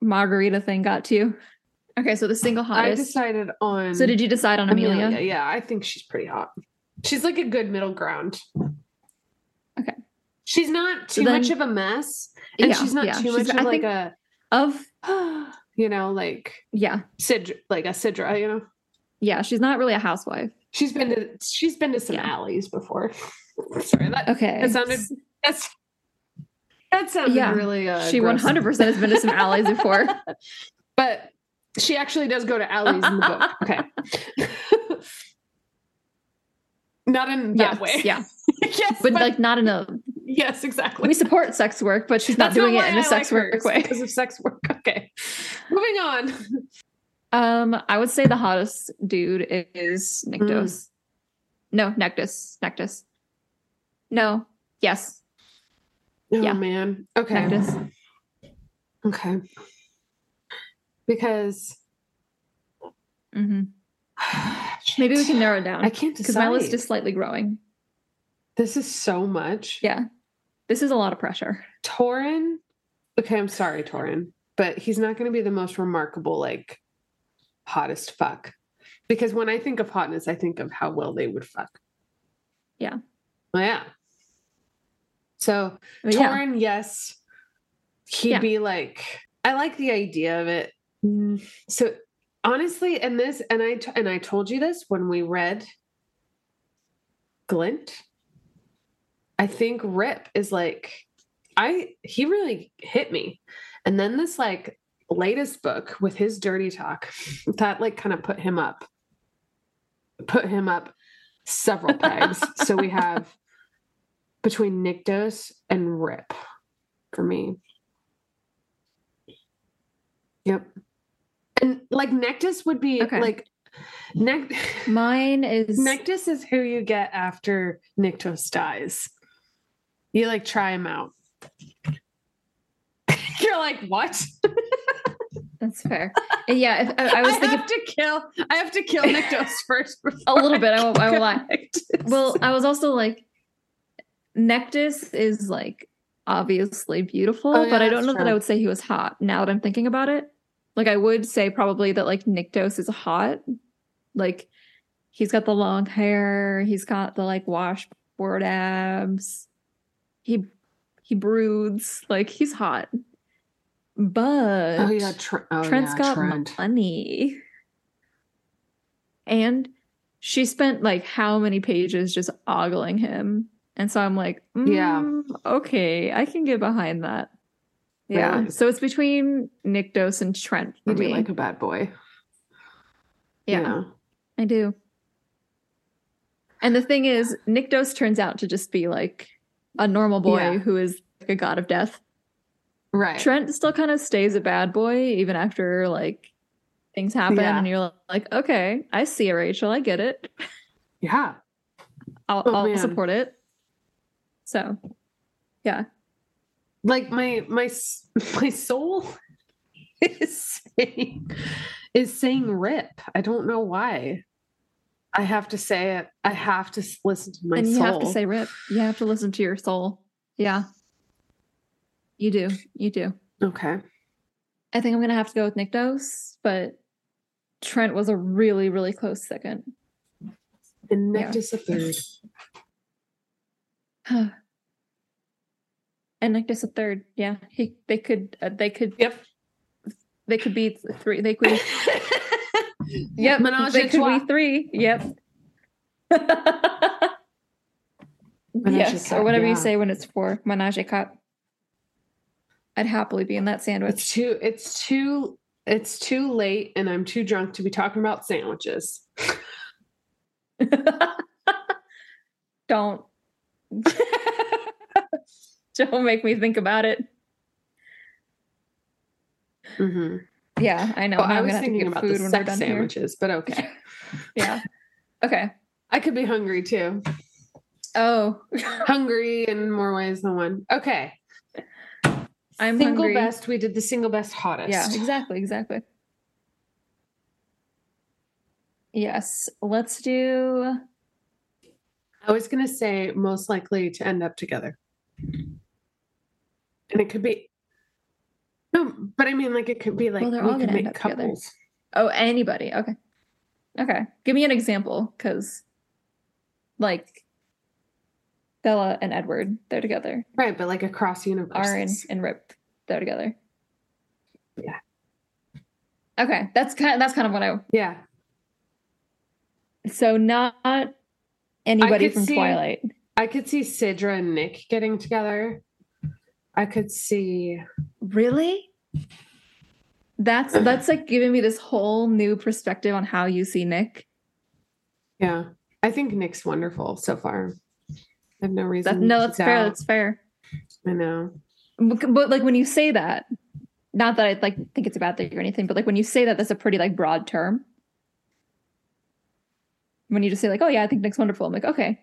S1: margarita thing got to you. Okay, so the single
S3: I
S1: hottest.
S3: decided on
S1: so, did you decide on Amelia?
S3: Yeah, I think she's pretty hot. She's like a good middle ground.
S1: Okay.
S3: She's not
S1: So
S3: too
S1: then-
S3: much of a mess, and she's not too
S1: she's-
S3: much of
S1: I
S3: like
S1: think of
S3: a, you know, like
S1: yeah,
S3: Sid, like a Sidra, you know.
S1: Yeah, she's not really a housewife.
S3: She's been to she's been to some
S1: Yeah.
S3: alleys before. Sorry, that
S1: Okay.
S3: that sounded that's that sounded
S1: Yeah.
S3: really uh,
S1: she
S3: gross.
S1: 100% has been to some alleys before.
S3: but she actually does go to alleys in the book. Okay. Not in that
S1: yes,
S3: way.
S1: yeah.
S3: yes,
S1: But, like not in a
S3: yes, exactly.
S1: we support sex work, but she's not
S3: That's
S1: doing
S3: why
S1: it in a
S3: I
S1: sex
S3: like her,
S1: work
S3: it's
S1: way.
S3: Because of sex work. Okay. Moving on.
S1: Um, I would say the hottest dude is Nyctos.
S3: Hmm.
S1: No, Nectus. Nectus. No. Yes.
S3: Oh
S1: Yeah.
S3: man. Okay.
S1: Nectus.
S3: Okay. Because
S1: hmm Maybe we can narrow it
S3: I
S1: down
S3: can't
S1: because
S3: decide.
S1: my list is slightly growing.
S3: This is so much.
S1: Yeah. This is a lot of pressure.
S3: Torin. Okay, I'm sorry, Torin, but he's not going to be the most remarkable, like hottest fuck. Because when I think of hotness, I think of how well they would fuck.
S1: Yeah.
S3: Well, yeah. So
S1: But Oh, yeah.
S3: Torin, yes, he'd
S1: Yeah.
S3: be like, I like the idea of it. Mm, So honestly, and this, and I t- and I told you this when we read Glint. I think Rip is like, I he really hit me, and then this like latest book with his dirty talk that like kind of put him up, put him up several pegs. so we have between Nikdos and Rip for me. Yep. And like Nectus would be
S1: Okay.
S3: like Nec-
S1: Mine is
S3: Nectus is who you get after Niktos dies. You like try him out. You're like, what?
S1: that's fair. yeah, if, I, I was
S3: I
S1: thinking
S3: have to kill. I have to kill Niktos first.
S1: a little bit. Oh, I won't, I won't lie.
S3: Well,
S1: Well, I was also like, Nectus is like obviously beautiful,
S3: Oh, yeah,
S1: but I don't
S3: that's
S1: know that
S3: true.
S1: I would say he was hot now that I'm thinking about it. Like, I would say probably that like Nyctos is hot. Like, he's got the long hair, he's got the like washboard abs, he he broods, like, he's hot. But
S3: oh yeah, tr- oh,
S1: Trent's
S3: yeah,
S1: got
S3: Trent.
S1: money. And she spent like how many pages just ogling him. And so I'm like,
S3: Yeah.
S1: "Mm, Okay, I can get behind that. Yeah.
S3: Really?
S1: So it's between Nikdos and Trent for
S3: You do
S1: me.
S3: like a bad boy.
S1: yeah, I do. And the thing is, Nikdos turns out to just be like a normal boy
S3: Yeah.
S1: who is like a god of death.
S3: Right.
S1: Trent still kind of stays a bad boy even after like things happen
S3: Yeah.
S1: and you're like, okay, I see it, Rachel. I get it.
S3: Yeah.
S1: I'll,
S3: Oh,
S1: I'll
S3: man.
S1: support it. So
S3: like my my s- my soul is saying is saying rip i don't know why i have to say it i have to s- listen to my
S1: and you
S3: soul
S1: have to say rip. You have to listen to your soul. Yeah. You do. You do.
S3: okay
S1: I think I'm gonna have to go with Nikdos, but Trent was a really, really close second.
S3: and
S1: Yeah.
S3: neck is a third
S1: and Nikdos a third. Yeah. He they could uh, they could
S3: yep
S1: they could be th- three they could Yep,
S3: Menage
S1: they
S3: a
S1: could
S3: trois.
S1: be three. Yep.
S3: a
S1: yes,
S3: quatre,
S1: or whatever
S3: yeah.
S1: you say when it's four. Menage a quatre. I'd happily be in that
S3: it's
S1: sandwich.
S3: too it's too it's too late and i'm too drunk to be talking about sandwiches
S1: Don't. Don't make me think about it.
S3: Mhm.
S1: Yeah, I know.
S3: oh, i
S1: Mm-hmm. I'm gonna
S3: was
S1: have to
S3: thinking
S1: get
S3: about
S1: food
S3: the
S1: when we're
S3: sex
S1: done
S3: sandwiches but okay
S1: here. Yeah. Okay.
S3: i could be hungry too
S1: Oh,
S3: hungry in more ways than one okay
S1: I'm
S3: single
S1: hungry.
S3: best. We did the single best hottest.
S1: Yeah, exactly, exactly. Yes, let's do.
S3: I was gonna say most likely to end up together, and it could be. No, but I mean, like it could be like
S1: Well, they're
S3: we
S1: all
S3: could
S1: gonna end
S3: make
S1: up together.
S3: couples.
S1: Oh, anybody. Okay. Okay. Give me an example because, like, Bella and Edward, they're together.
S3: Right, but like across
S1: Aaron
S3: universes.
S1: and Rip, they're together.
S3: Yeah.
S1: Okay. That's kind that's kind of what I
S3: Yeah.
S1: So not anybody
S3: could
S1: from
S3: see-
S1: Twilight.
S3: I could see Sidra and Nick getting together. I could see.
S1: Really? That's that's like giving me this whole new perspective on how you see Nick.
S3: Yeah, I think Nick's wonderful so far. I have no
S1: That,
S3: reason.
S1: no,
S3: to
S1: that's fair.
S3: doubt.
S1: That's fair.
S3: I know.
S1: But but, like when you say that, not that I like think it's a bad thing or anything, but like when you say that, that's a pretty like broad term. When you just say like, "Oh yeah, I think Nick's wonderful," I'm like, "Okay."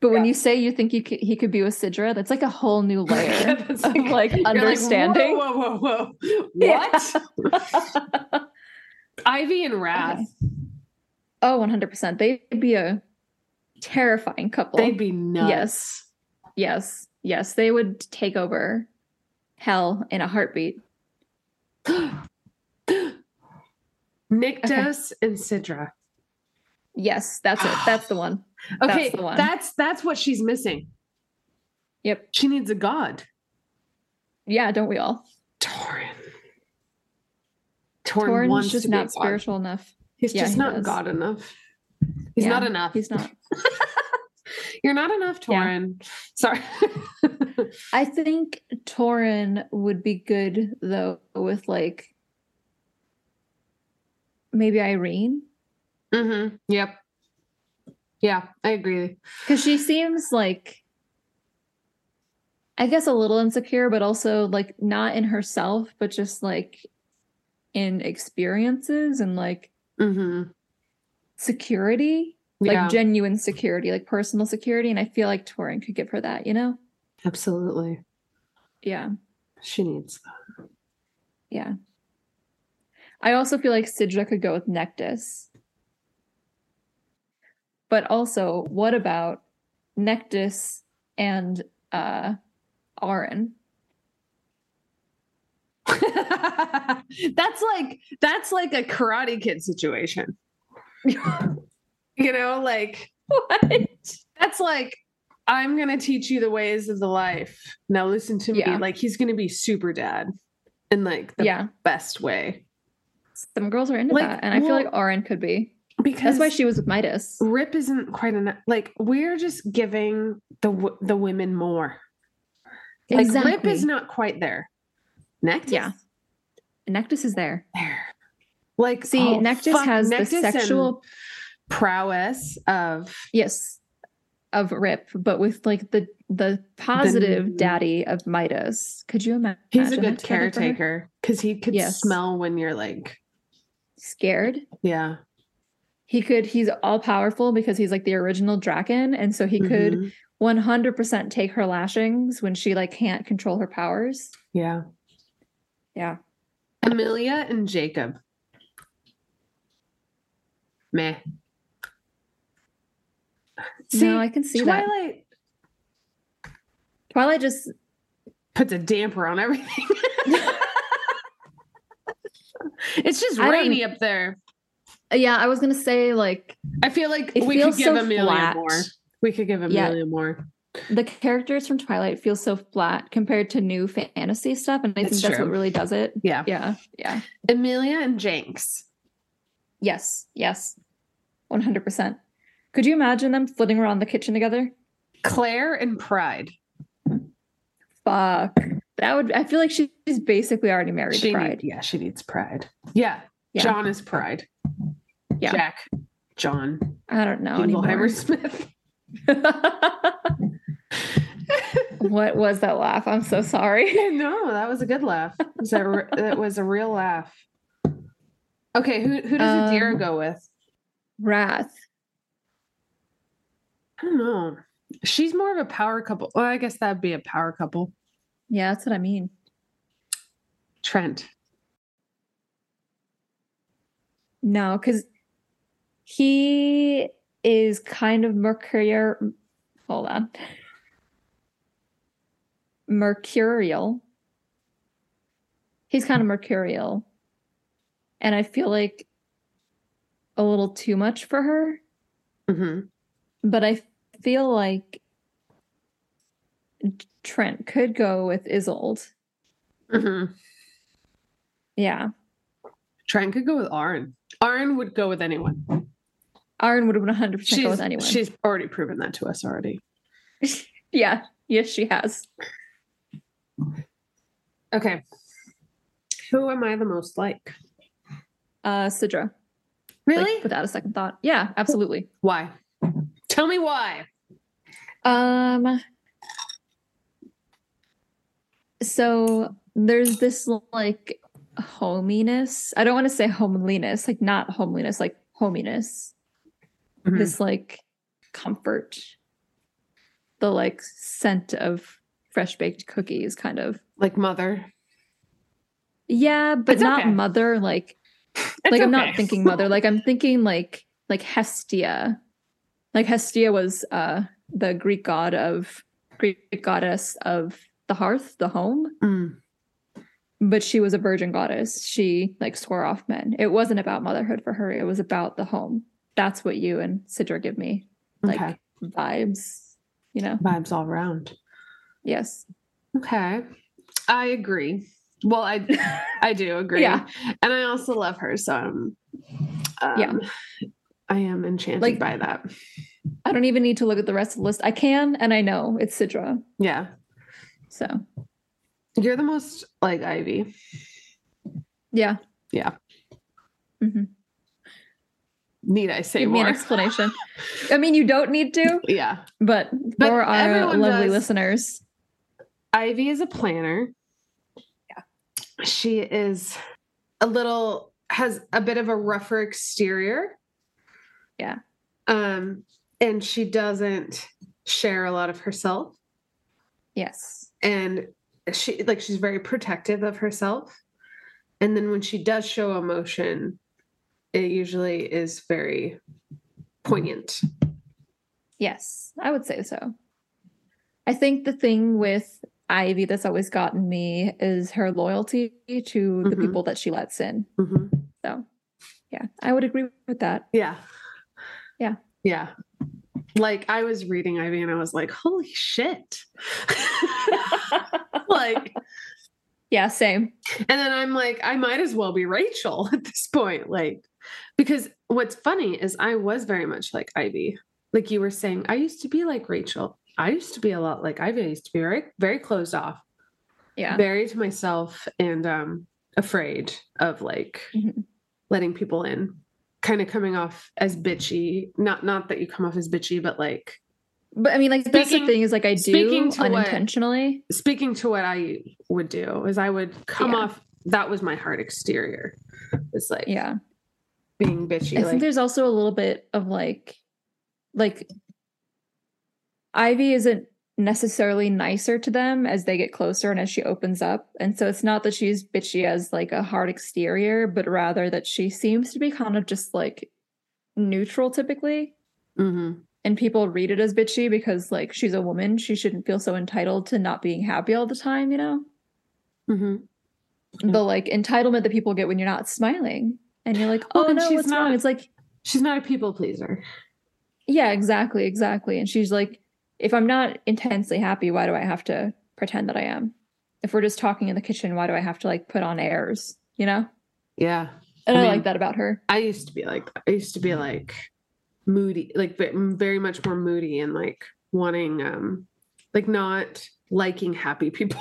S1: But when you say you think you c- he could be with Sidra, that's like a whole new
S3: Yeah,
S1: layer
S3: that's
S1: of like understanding.
S3: whoa, whoa, whoa, whoa.
S1: Yeah.
S3: What? Ivy and Wrath.
S1: Oh, 100%. They'd be a terrifying couple.
S3: They'd be nuts.
S1: Yes. Yes. Yes. They would take over hell in a heartbeat.
S3: Nyctos and Sidra.
S1: Yes. That's it. That's the one. That's
S3: Okay,
S1: the one.
S3: that's that's what she's missing.
S1: Yep.
S3: She needs a god.
S1: Yeah. Don't we all?
S3: Torin. Torin,
S1: Torrin's
S3: wants
S1: just
S3: to be a
S1: not
S3: god.
S1: spiritual enough.
S3: He's
S1: Yeah,
S3: just
S1: he
S3: not
S1: does.
S3: god enough. He's
S1: Yeah,
S3: not enough.
S1: He's not.
S3: You're not enough,
S1: Yeah.
S3: Torin. Sorry.
S1: I think Torin would be good though with like maybe Irene
S3: hmm Yep. Yeah, I agree.
S1: because she seems like I guess a little insecure, but also like not in herself, but just like in experiences and like
S3: hmm
S1: security,
S3: yeah,
S1: like genuine security, like personal security. And I feel like Torin could give her that, you know?
S3: absolutely.
S1: Yeah.
S3: She needs that.
S1: Yeah. I also feel like Sidra could go with Nectis. But also, what about Nectis and uh Arin?
S3: that's like that's like a karate kid situation. you know, like
S1: What?
S3: that's like I'm gonna teach you the ways of the life. Now listen to me.
S1: Yeah.
S3: Like he's gonna be super dad in like the
S1: yeah.
S3: best way.
S1: Some girls are into
S3: Like,
S1: that. And I feel
S3: well,
S1: like Arin could be. That's
S3: Because
S1: why she was with Midas.
S3: Rip isn't quite enough. Like we're just giving the w- the women more. Like Rip is not quite there. Nectis,
S1: Yeah. Nectis is there.
S3: there. Like
S1: See,
S3: oh,
S1: Nectis
S3: fuck,
S1: has
S3: Nectis
S1: the
S3: and
S1: sexual
S3: prowess of
S1: Yes, of Rip, but with like the the positive daddy of Midas. Could you imagine?
S3: he's a
S1: that
S3: good
S1: together for her?
S3: caretaker because he could
S1: Yes.
S3: smell when you're like
S1: Scared.
S3: yeah
S1: He could. He's all powerful because he's like the original Draken, and so he could
S3: Mhm.
S1: one hundred percent take her lashings when she like can't control her powers.
S3: yeah
S1: Yeah.
S3: Amelia and Jacob meh see
S1: no, I can see
S3: Twilight
S1: that. Twilight just
S3: puts a damper on everything it's just
S1: I don't-
S3: rainy up there
S1: yeah. I was gonna say like
S3: I feel like
S1: It
S3: we could
S1: feels so
S3: give Amelia
S1: flat.
S3: more we could give
S1: Yeah.
S3: Amelia more
S1: the characters from Twilight feel so flat compared to new fantasy stuff, and I
S3: It's
S1: think that's
S3: true.
S1: what really does it.
S3: yeah
S1: Yeah. Yeah.
S3: Amelia and Jenks
S1: Yes, yes, 100%. Could you imagine them flitting around the kitchen together?
S3: Claire and Pride
S1: Fuck. That would, I feel like she's basically already married
S3: She
S1: to
S3: need-
S1: Pride.
S3: yeah, she needs pride. Yeah.
S1: Yeah.
S3: John is pride.
S1: Yeah.
S3: Jack. John.
S1: I don't know.
S3: Ingelheimer
S1: Anymore.
S3: Smith.
S1: what was that laugh? I'm so sorry.
S3: no, that was a good laugh. It was a, re- it was a real laugh. Okay, who who does Adira
S1: Um,
S3: go with?
S1: Wrath.
S3: I don't know. She's more of a power couple. Well, I guess that'd be a power couple.
S1: Yeah, that's what I mean.
S3: Trent.
S1: No, because he is kind of mercurial. Hold on. Mercurial. He's kind of mercurial. And I feel like a little too much for her,
S3: Mhm.
S1: but I feel like Trent could go with Isold.
S3: Mhm.
S1: Yeah.
S3: Trent could go with Arn. Arn would go with anyone.
S1: Aaron would have been 100 percent go
S3: She's,
S1: with anyone.
S3: she's already proven that to us already.
S1: yeah, yes, she has.
S3: Okay. Who am I the most like?
S1: Uh, Sidra, like,
S4: Really?
S1: without a second thought. Yeah, absolutely.
S3: Why? Tell me why.
S1: Um. So there's this like hominess. I don't want to say homeliness, like not homeliness, like hominess.
S3: Mhm.
S1: This like comfort, the like scent of fresh baked cookies, kind of.
S3: Like mother.
S1: Yeah, but
S3: It's
S1: not
S3: okay.
S1: mother. Like,
S3: It's
S1: like I'm not
S3: okay.
S1: thinking mother. Like I'm thinking like like Hestia. Like Hestia was uh the Greek god of Greek goddess of the hearth, the home.
S3: Mm.
S1: But she was a virgin goddess. She like swore off men. It wasn't about motherhood for her. It was about the home. That's what you and Sidra give me, like
S3: okay.
S1: vibes. You know?
S3: Vibes all around.
S1: Yes.
S3: Okay. I agree. Well, I I do agree.
S1: Yeah.
S3: And I also love her, so I'm um,
S1: Yeah.
S3: I am enchanted
S1: Like-
S3: by that.
S1: I don't even need to look at the rest of the list. I can and I know it's Sidra.
S3: Yeah.
S1: So
S3: You're the most like Ivy.
S1: yeah.
S3: Yeah.
S1: hmm
S3: Need I say
S1: Give me
S3: more?
S1: an explanation. I mean, you don't need to,
S3: yeah.
S1: but
S3: But
S1: for our
S3: everyone
S1: lovely
S3: does.
S1: listeners,
S3: Ivy is a planner. Yeah. She is a little has a bit of a rougher exterior.
S1: Yeah.
S3: Um and she doesn't share a lot of herself
S1: yes,
S3: and she like she's very protective of herself. And then when she does show emotion, it usually is very poignant.
S1: yes, I would say so. I think the thing with Ivy that's always gotten me is her loyalty to the
S3: Mhm.
S1: people that she lets in.
S3: Mhm.
S1: So, yeah, I would agree with that.
S3: Yeah.
S1: Yeah.
S3: Yeah. Like I was reading Ivy and I was like, holy shit. like,
S1: Yeah, same.
S3: and then I'm like, I might as well be Rachel at this point. Like, because what's funny is I was very much like Ivy. Like you were saying, I used to be like Rachel. I used to be a lot like Ivy. I used to be very, very closed off,
S1: Yeah.
S3: very to myself and um afraid of like
S1: Mhm.
S3: letting people in. Kind of coming off as bitchy. Not not that you come off as bitchy, but like
S1: But I mean, like, that's the
S3: Speaking-
S1: thing is like I do
S3: speaking to what-
S1: unintentionally.
S3: speaking to what I would do is I would come
S1: Yeah.
S3: off that was my hard exterior. It's like
S1: Yeah.
S3: being bitchy.
S1: I
S3: like
S1: think there's also a little bit of like, like Ivy isn't necessarily nicer to them as they get closer and as she opens up. And so it's not that she's bitchy as like a hard exterior, but rather that she seems to be kind of just like neutral typically.
S3: Mhm.
S1: And people read it as bitchy because like she's a woman. She shouldn't feel so entitled to not being happy all the time, you know?
S3: Mhm.
S1: The like entitlement that people get when you're not smiling. And you're like,
S3: Well,
S1: oh
S3: and
S1: no,
S3: she's
S1: what's
S3: not-
S1: wrong? It's like
S3: she's not a people pleaser.
S1: Yeah, exactly, exactly. And she's like, if I'm not intensely happy, why do I have to pretend that I am? If we're just talking in the kitchen, why do I have to like put on airs, you know?
S3: Yeah,
S1: And
S3: I
S1: I,
S3: mean-
S1: like that about her.
S3: I used to be like that. I used to be like moody, like ve- very much more moody and like wanting, um like not liking happy people.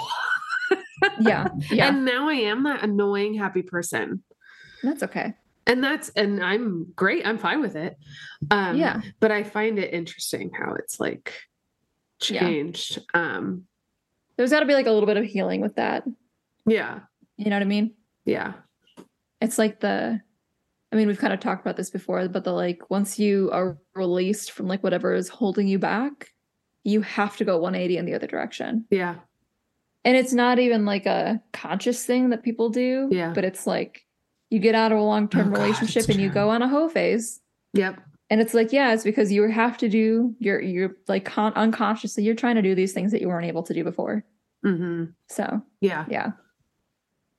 S1: Yeah. Yeah.
S3: And now I am that annoying happy person.
S1: that's okay.
S3: And that's and I'm great. I'm fine with it. Um,
S1: yeah.
S3: but I find it interesting how it's like
S1: Yeah.
S3: changed. Um,
S1: There's got to be like a little bit of healing with that.
S3: yeah,
S1: You know what I mean?
S3: yeah,
S1: It's like the, I mean, we've kind of talked about this before, but the like, once you are released from like whatever is holding you back, you have to go 180 in the other direction.
S3: yeah,
S1: and it's not even like a conscious thing that people do
S3: Yeah.
S1: but it's like you get out of a long-term
S3: Oh, God,
S1: relationship
S3: it's
S1: and you
S3: true.
S1: go on a hoe phase
S3: yep,
S1: and it's like yeah it's because you have to do you're you're like con- unconsciously you're trying to do these things that you weren't able to do before
S3: mm-hmm.
S1: so
S3: yeah,
S1: yeah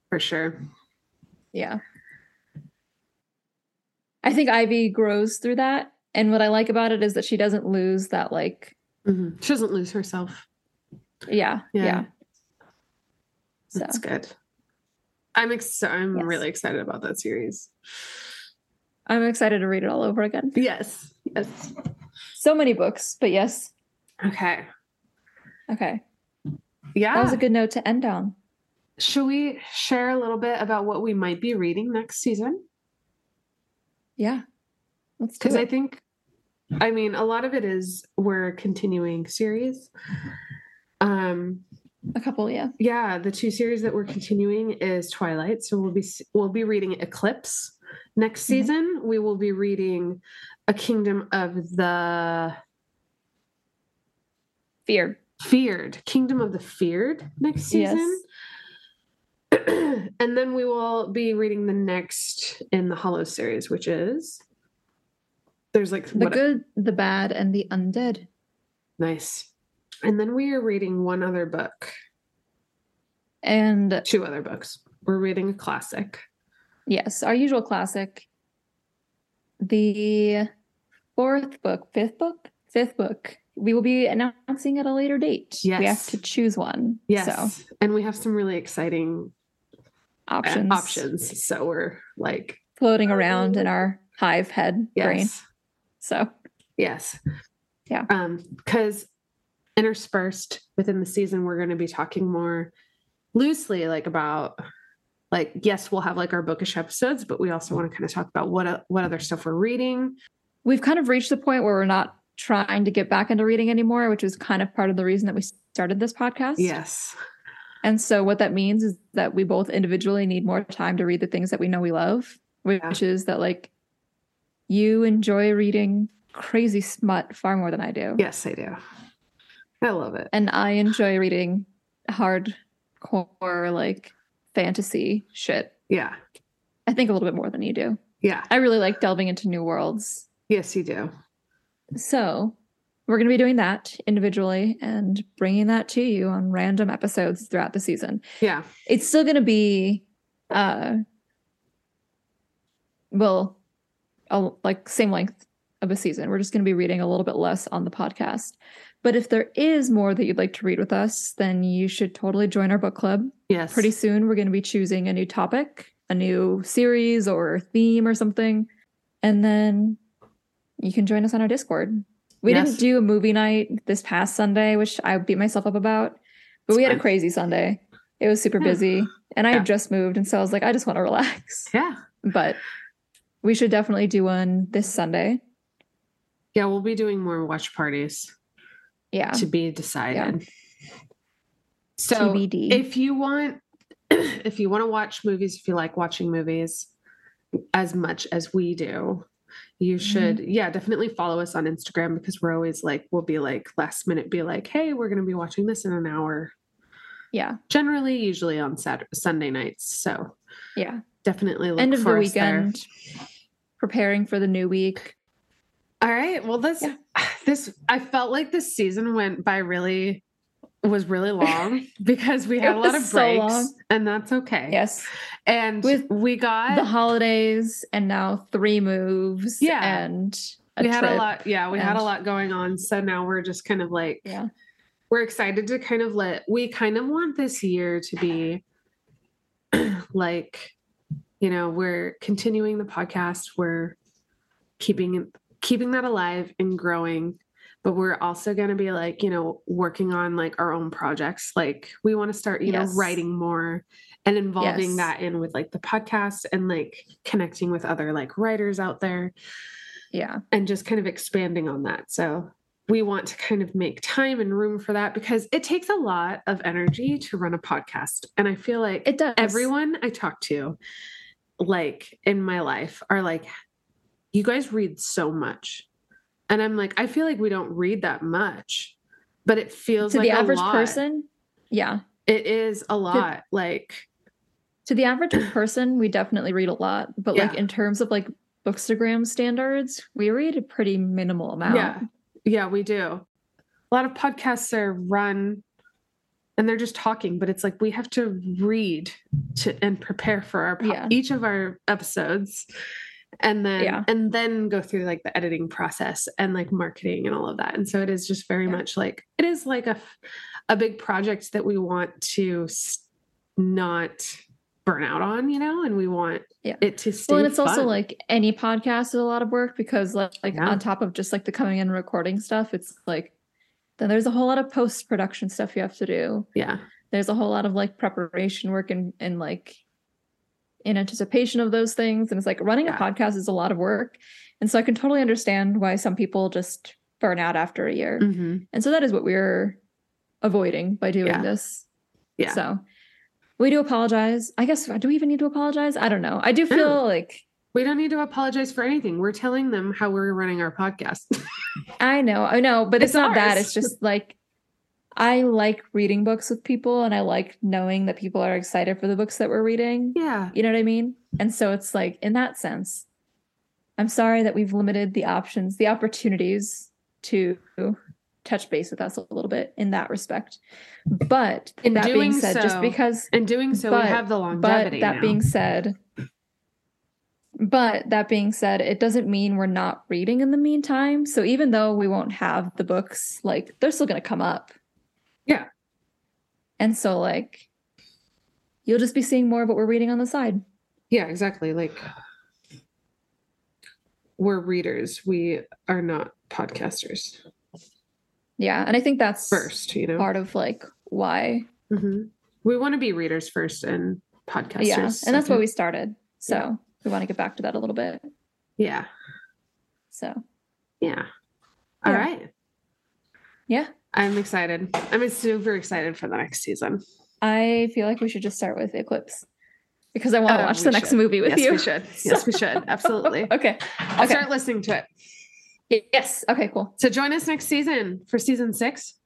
S3: for sure.
S1: yeah i think ivy grows through that and what i like about it is that she doesn't lose that like
S3: Mhm. She doesn't lose herself.
S1: yeah yeah,
S3: Yeah,
S1: so
S3: that's good. I'm ex- I'm
S1: Yes.
S3: really excited about that series.
S1: I'm excited to read it all over again.
S3: Yes. Yes.
S1: So many books, but yes.
S3: Okay.
S1: Okay.
S3: Yeah. Ah.
S1: That was a good note to end on.
S3: Should we share a little bit about what we might be reading next season?
S1: Yeah. Let's do
S3: Because
S1: it.
S3: I think, I mean, a lot of it is we're continuing series. Um,
S1: a couple, yeah.
S3: yeah, the two series that we're continuing is Twilight. So we'll be s- we'll be reading Eclipse next
S1: Mhm.
S3: season. We will be reading A Kingdom of the
S1: Fear.
S3: Feared, Kingdom of the Feared next
S1: Yes.
S3: season. and then we will be reading the next in the Hollow series, which is there's like
S1: The good, the bad, and the undead.
S3: nice. And then we are reading one other book,
S1: And
S3: two other books. We're reading a classic.
S1: yes, our usual classic. The fourth book, fifth book, fifth book. We will be announcing at a later date. We have
S3: Yes.
S1: to choose one. So
S3: Yes. Uh, and we have some really exciting uh,
S1: options.
S3: options. So we're like,
S1: Floating around in our hive head
S3: yes.
S1: brain. So
S3: Yes.
S1: Yeah.
S3: Um, because interspersed within the season, we're going to be talking more loosely, like about, like yes, we'll have like our bookish episodes, but we also want to kind of talk about what o- what other stuff we're reading.
S1: we've kind of reached the point where we're not trying to get back into reading anymore, which was kind of part of the reason that we started this podcast.
S3: Yes.
S1: And so what that means is that we both individually need more time to read the things that we know we love, which is that like you enjoy reading crazy smut far more than I do.
S3: Yes, I do. I love it.
S1: And I enjoy reading hardcore like fantasy shit.
S3: Yeah.
S1: I think a little bit more than you do.
S3: Yeah.
S1: I really like delving into new worlds
S3: Yes, you do.
S1: So, we're going to be doing that individually and bringing that to you on random episodes throughout the season.
S3: Yeah.
S1: It's still going to be, uh, well, a, like same length of a season. We're just going to be reading a little bit less on the podcast. But if there is more that you'd like to read with us, then you should totally join our book club.
S3: Yes.
S1: Pretty soon, we're going to be choosing a new topic, a new series or theme or something. And then you can join us on our Discord. We
S3: Yes.
S1: didn't do a movie night this past Sunday, which I beat myself up about, but
S3: It's
S1: we had
S3: fine.
S1: a crazy Sunday. It was super
S3: Yeah.
S1: busy and I
S3: Yeah.
S1: had just moved. And so I was like, I just want to relax.
S3: Yeah.
S1: But we should definitely do one this Sunday.
S3: Yeah. We'll be doing more watch parties
S1: Yeah.
S3: to be decided. So
S1: TBD.
S3: if you want if you want to watch movies if you like watching movies as much as we do
S1: Mm-hmm.
S3: you should yeah definitely follow us on instagram because we're always like we'll be like last minute be like hey we're going to be watching this in an hour
S1: yeah.
S3: generally usually on saturday sunday nights so
S1: Yeah.
S3: definitely look
S1: End of
S3: for
S1: the
S3: us there.
S1: weekend, preparing for the new week.
S3: all right well this
S1: Yeah.
S3: this i felt like this season went by really was really long because we
S1: It
S3: had a lot
S1: was
S3: of
S1: so
S3: breaks
S1: long.
S3: and that's okay
S1: Yes.
S3: and
S1: With
S3: we got
S1: the holidays and now three moves
S3: Yeah.
S1: and a
S3: we
S1: trip.
S3: had a lot yeah we had a
S1: and-
S3: lot going on so now we're just kind of like
S1: Yeah.
S3: we're excited to kind of let we kind of want this year to be like you know we're continuing the podcast we're keeping keeping that alive and growing but we're also going to be like you know working on like our own projects like we want to start you
S1: Yes.
S3: know writing more and involving
S1: Yes.
S3: that in with like the podcast and like connecting with other like writers out there
S1: Yeah.
S3: and just kind of expanding on that. So we want to kind of make time and room for that because it takes a lot of energy to run a podcast. And I feel like
S1: It does.
S3: everyone I talk to, like in my life, are like, you guys read so much. And I'm like, I feel like we don't read that much, but it feels
S1: to
S3: like
S1: the
S3: a
S1: average
S3: lot.
S1: person. Yeah.
S3: It is a lot. like,
S1: To the average person, we definitely read a lot. But like
S3: Yeah.
S1: in terms of like bookstagram standards, we read a pretty minimal amount.
S3: Yeah. Yeah, we do. A lot of podcasts are run and they're just talking, but it's like we have to read to and prepare for our po-
S1: Yeah.
S3: each of our episodes and then
S1: Yeah.
S3: and then go through like the editing process and like marketing and all of that. And so it is just very
S1: Yeah.
S3: much like it is like a f- a big project that we want to s- not burn out on, you know, and we want
S1: Yeah.
S3: it to stay.
S1: Well, and it's also
S3: fun.
S1: like any podcast is a lot of work because like, like
S3: Yeah.
S1: on top of just like the coming and recording stuff, it's like then there's a whole lot of post production stuff you have to do.
S3: yeah,
S1: There's a whole lot of like preparation work and and like in anticipation of those things. And it's like running
S3: Yeah.
S1: a podcast is a lot of work. And so I can totally understand why some people just burn out after a year.
S3: hmm
S1: And so that is what we're avoiding by doing
S3: Yeah.
S1: this.
S3: Yeah.
S1: So we do apologize. I guess do we even need to apologize? I don't know. I do
S3: No.
S1: feel like
S3: we don't need to apologize for anything. We're telling them how we're running our podcast.
S1: I know, I know, but it's,
S3: It's
S1: not that.
S3: ours.
S1: It's just like I like reading books with people and I like knowing that people are excited for the books that we're reading.
S3: yeah,
S1: You know what I mean? And so it's like in that sense, I'm sorry that we've limited the options, the opportunities to touch base with us a little bit in that respect. But
S3: In
S1: that being
S3: doing
S1: said, just
S3: so-
S1: because
S3: and doing so,
S1: But-
S3: we have the
S1: but
S3: longevity.
S1: that
S3: now.
S1: being said but that being said it doesn't mean we're not reading in the meantime so even though we won't have the books like they're still going to come up
S3: Yeah.
S1: and so like you'll just be seeing more of what we're reading on the side
S3: yeah, exactly. Like we're readers. We are not podcasters
S1: yeah and i think that's
S3: first. You know,
S1: part of like why
S3: hmm we want to be readers first and podcasters.
S1: yeah and that's why
S3: second.
S1: we started so we want to get back to that a little bit
S3: Yeah,
S1: so
S3: yeah. All
S1: Yeah.
S3: right.
S1: Yeah.
S3: I'm excited. I'm super excited for the next season.
S1: i feel like we should just start with eclipse because i want to
S3: Uh,
S1: watch
S3: we
S1: the next
S3: should.
S1: movie with
S3: yes,
S1: you
S3: we should. Yes, we should. Absolutely.
S1: okay
S3: I'll
S1: Okay.
S3: start listening to it.
S1: Yes. Okay, cool.
S3: So join us next season for season six.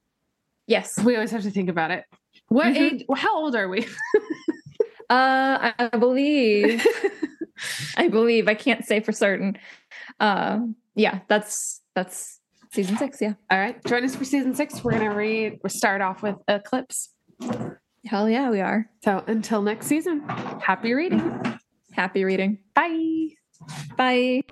S1: Yes.
S3: We always have to think about it. What
S1: Mhm.
S3: age? How old are we?
S1: Uh I I believe I believe I can't say for certain. Uh yeah, that's that's season 6, yeah.
S3: All right. Join us for season six. We're gonna read. We start off with Eclipse.
S1: Hell yeah, we are.
S3: So until next season, happy reading.
S1: Happy reading.
S3: Bye.
S1: Bye.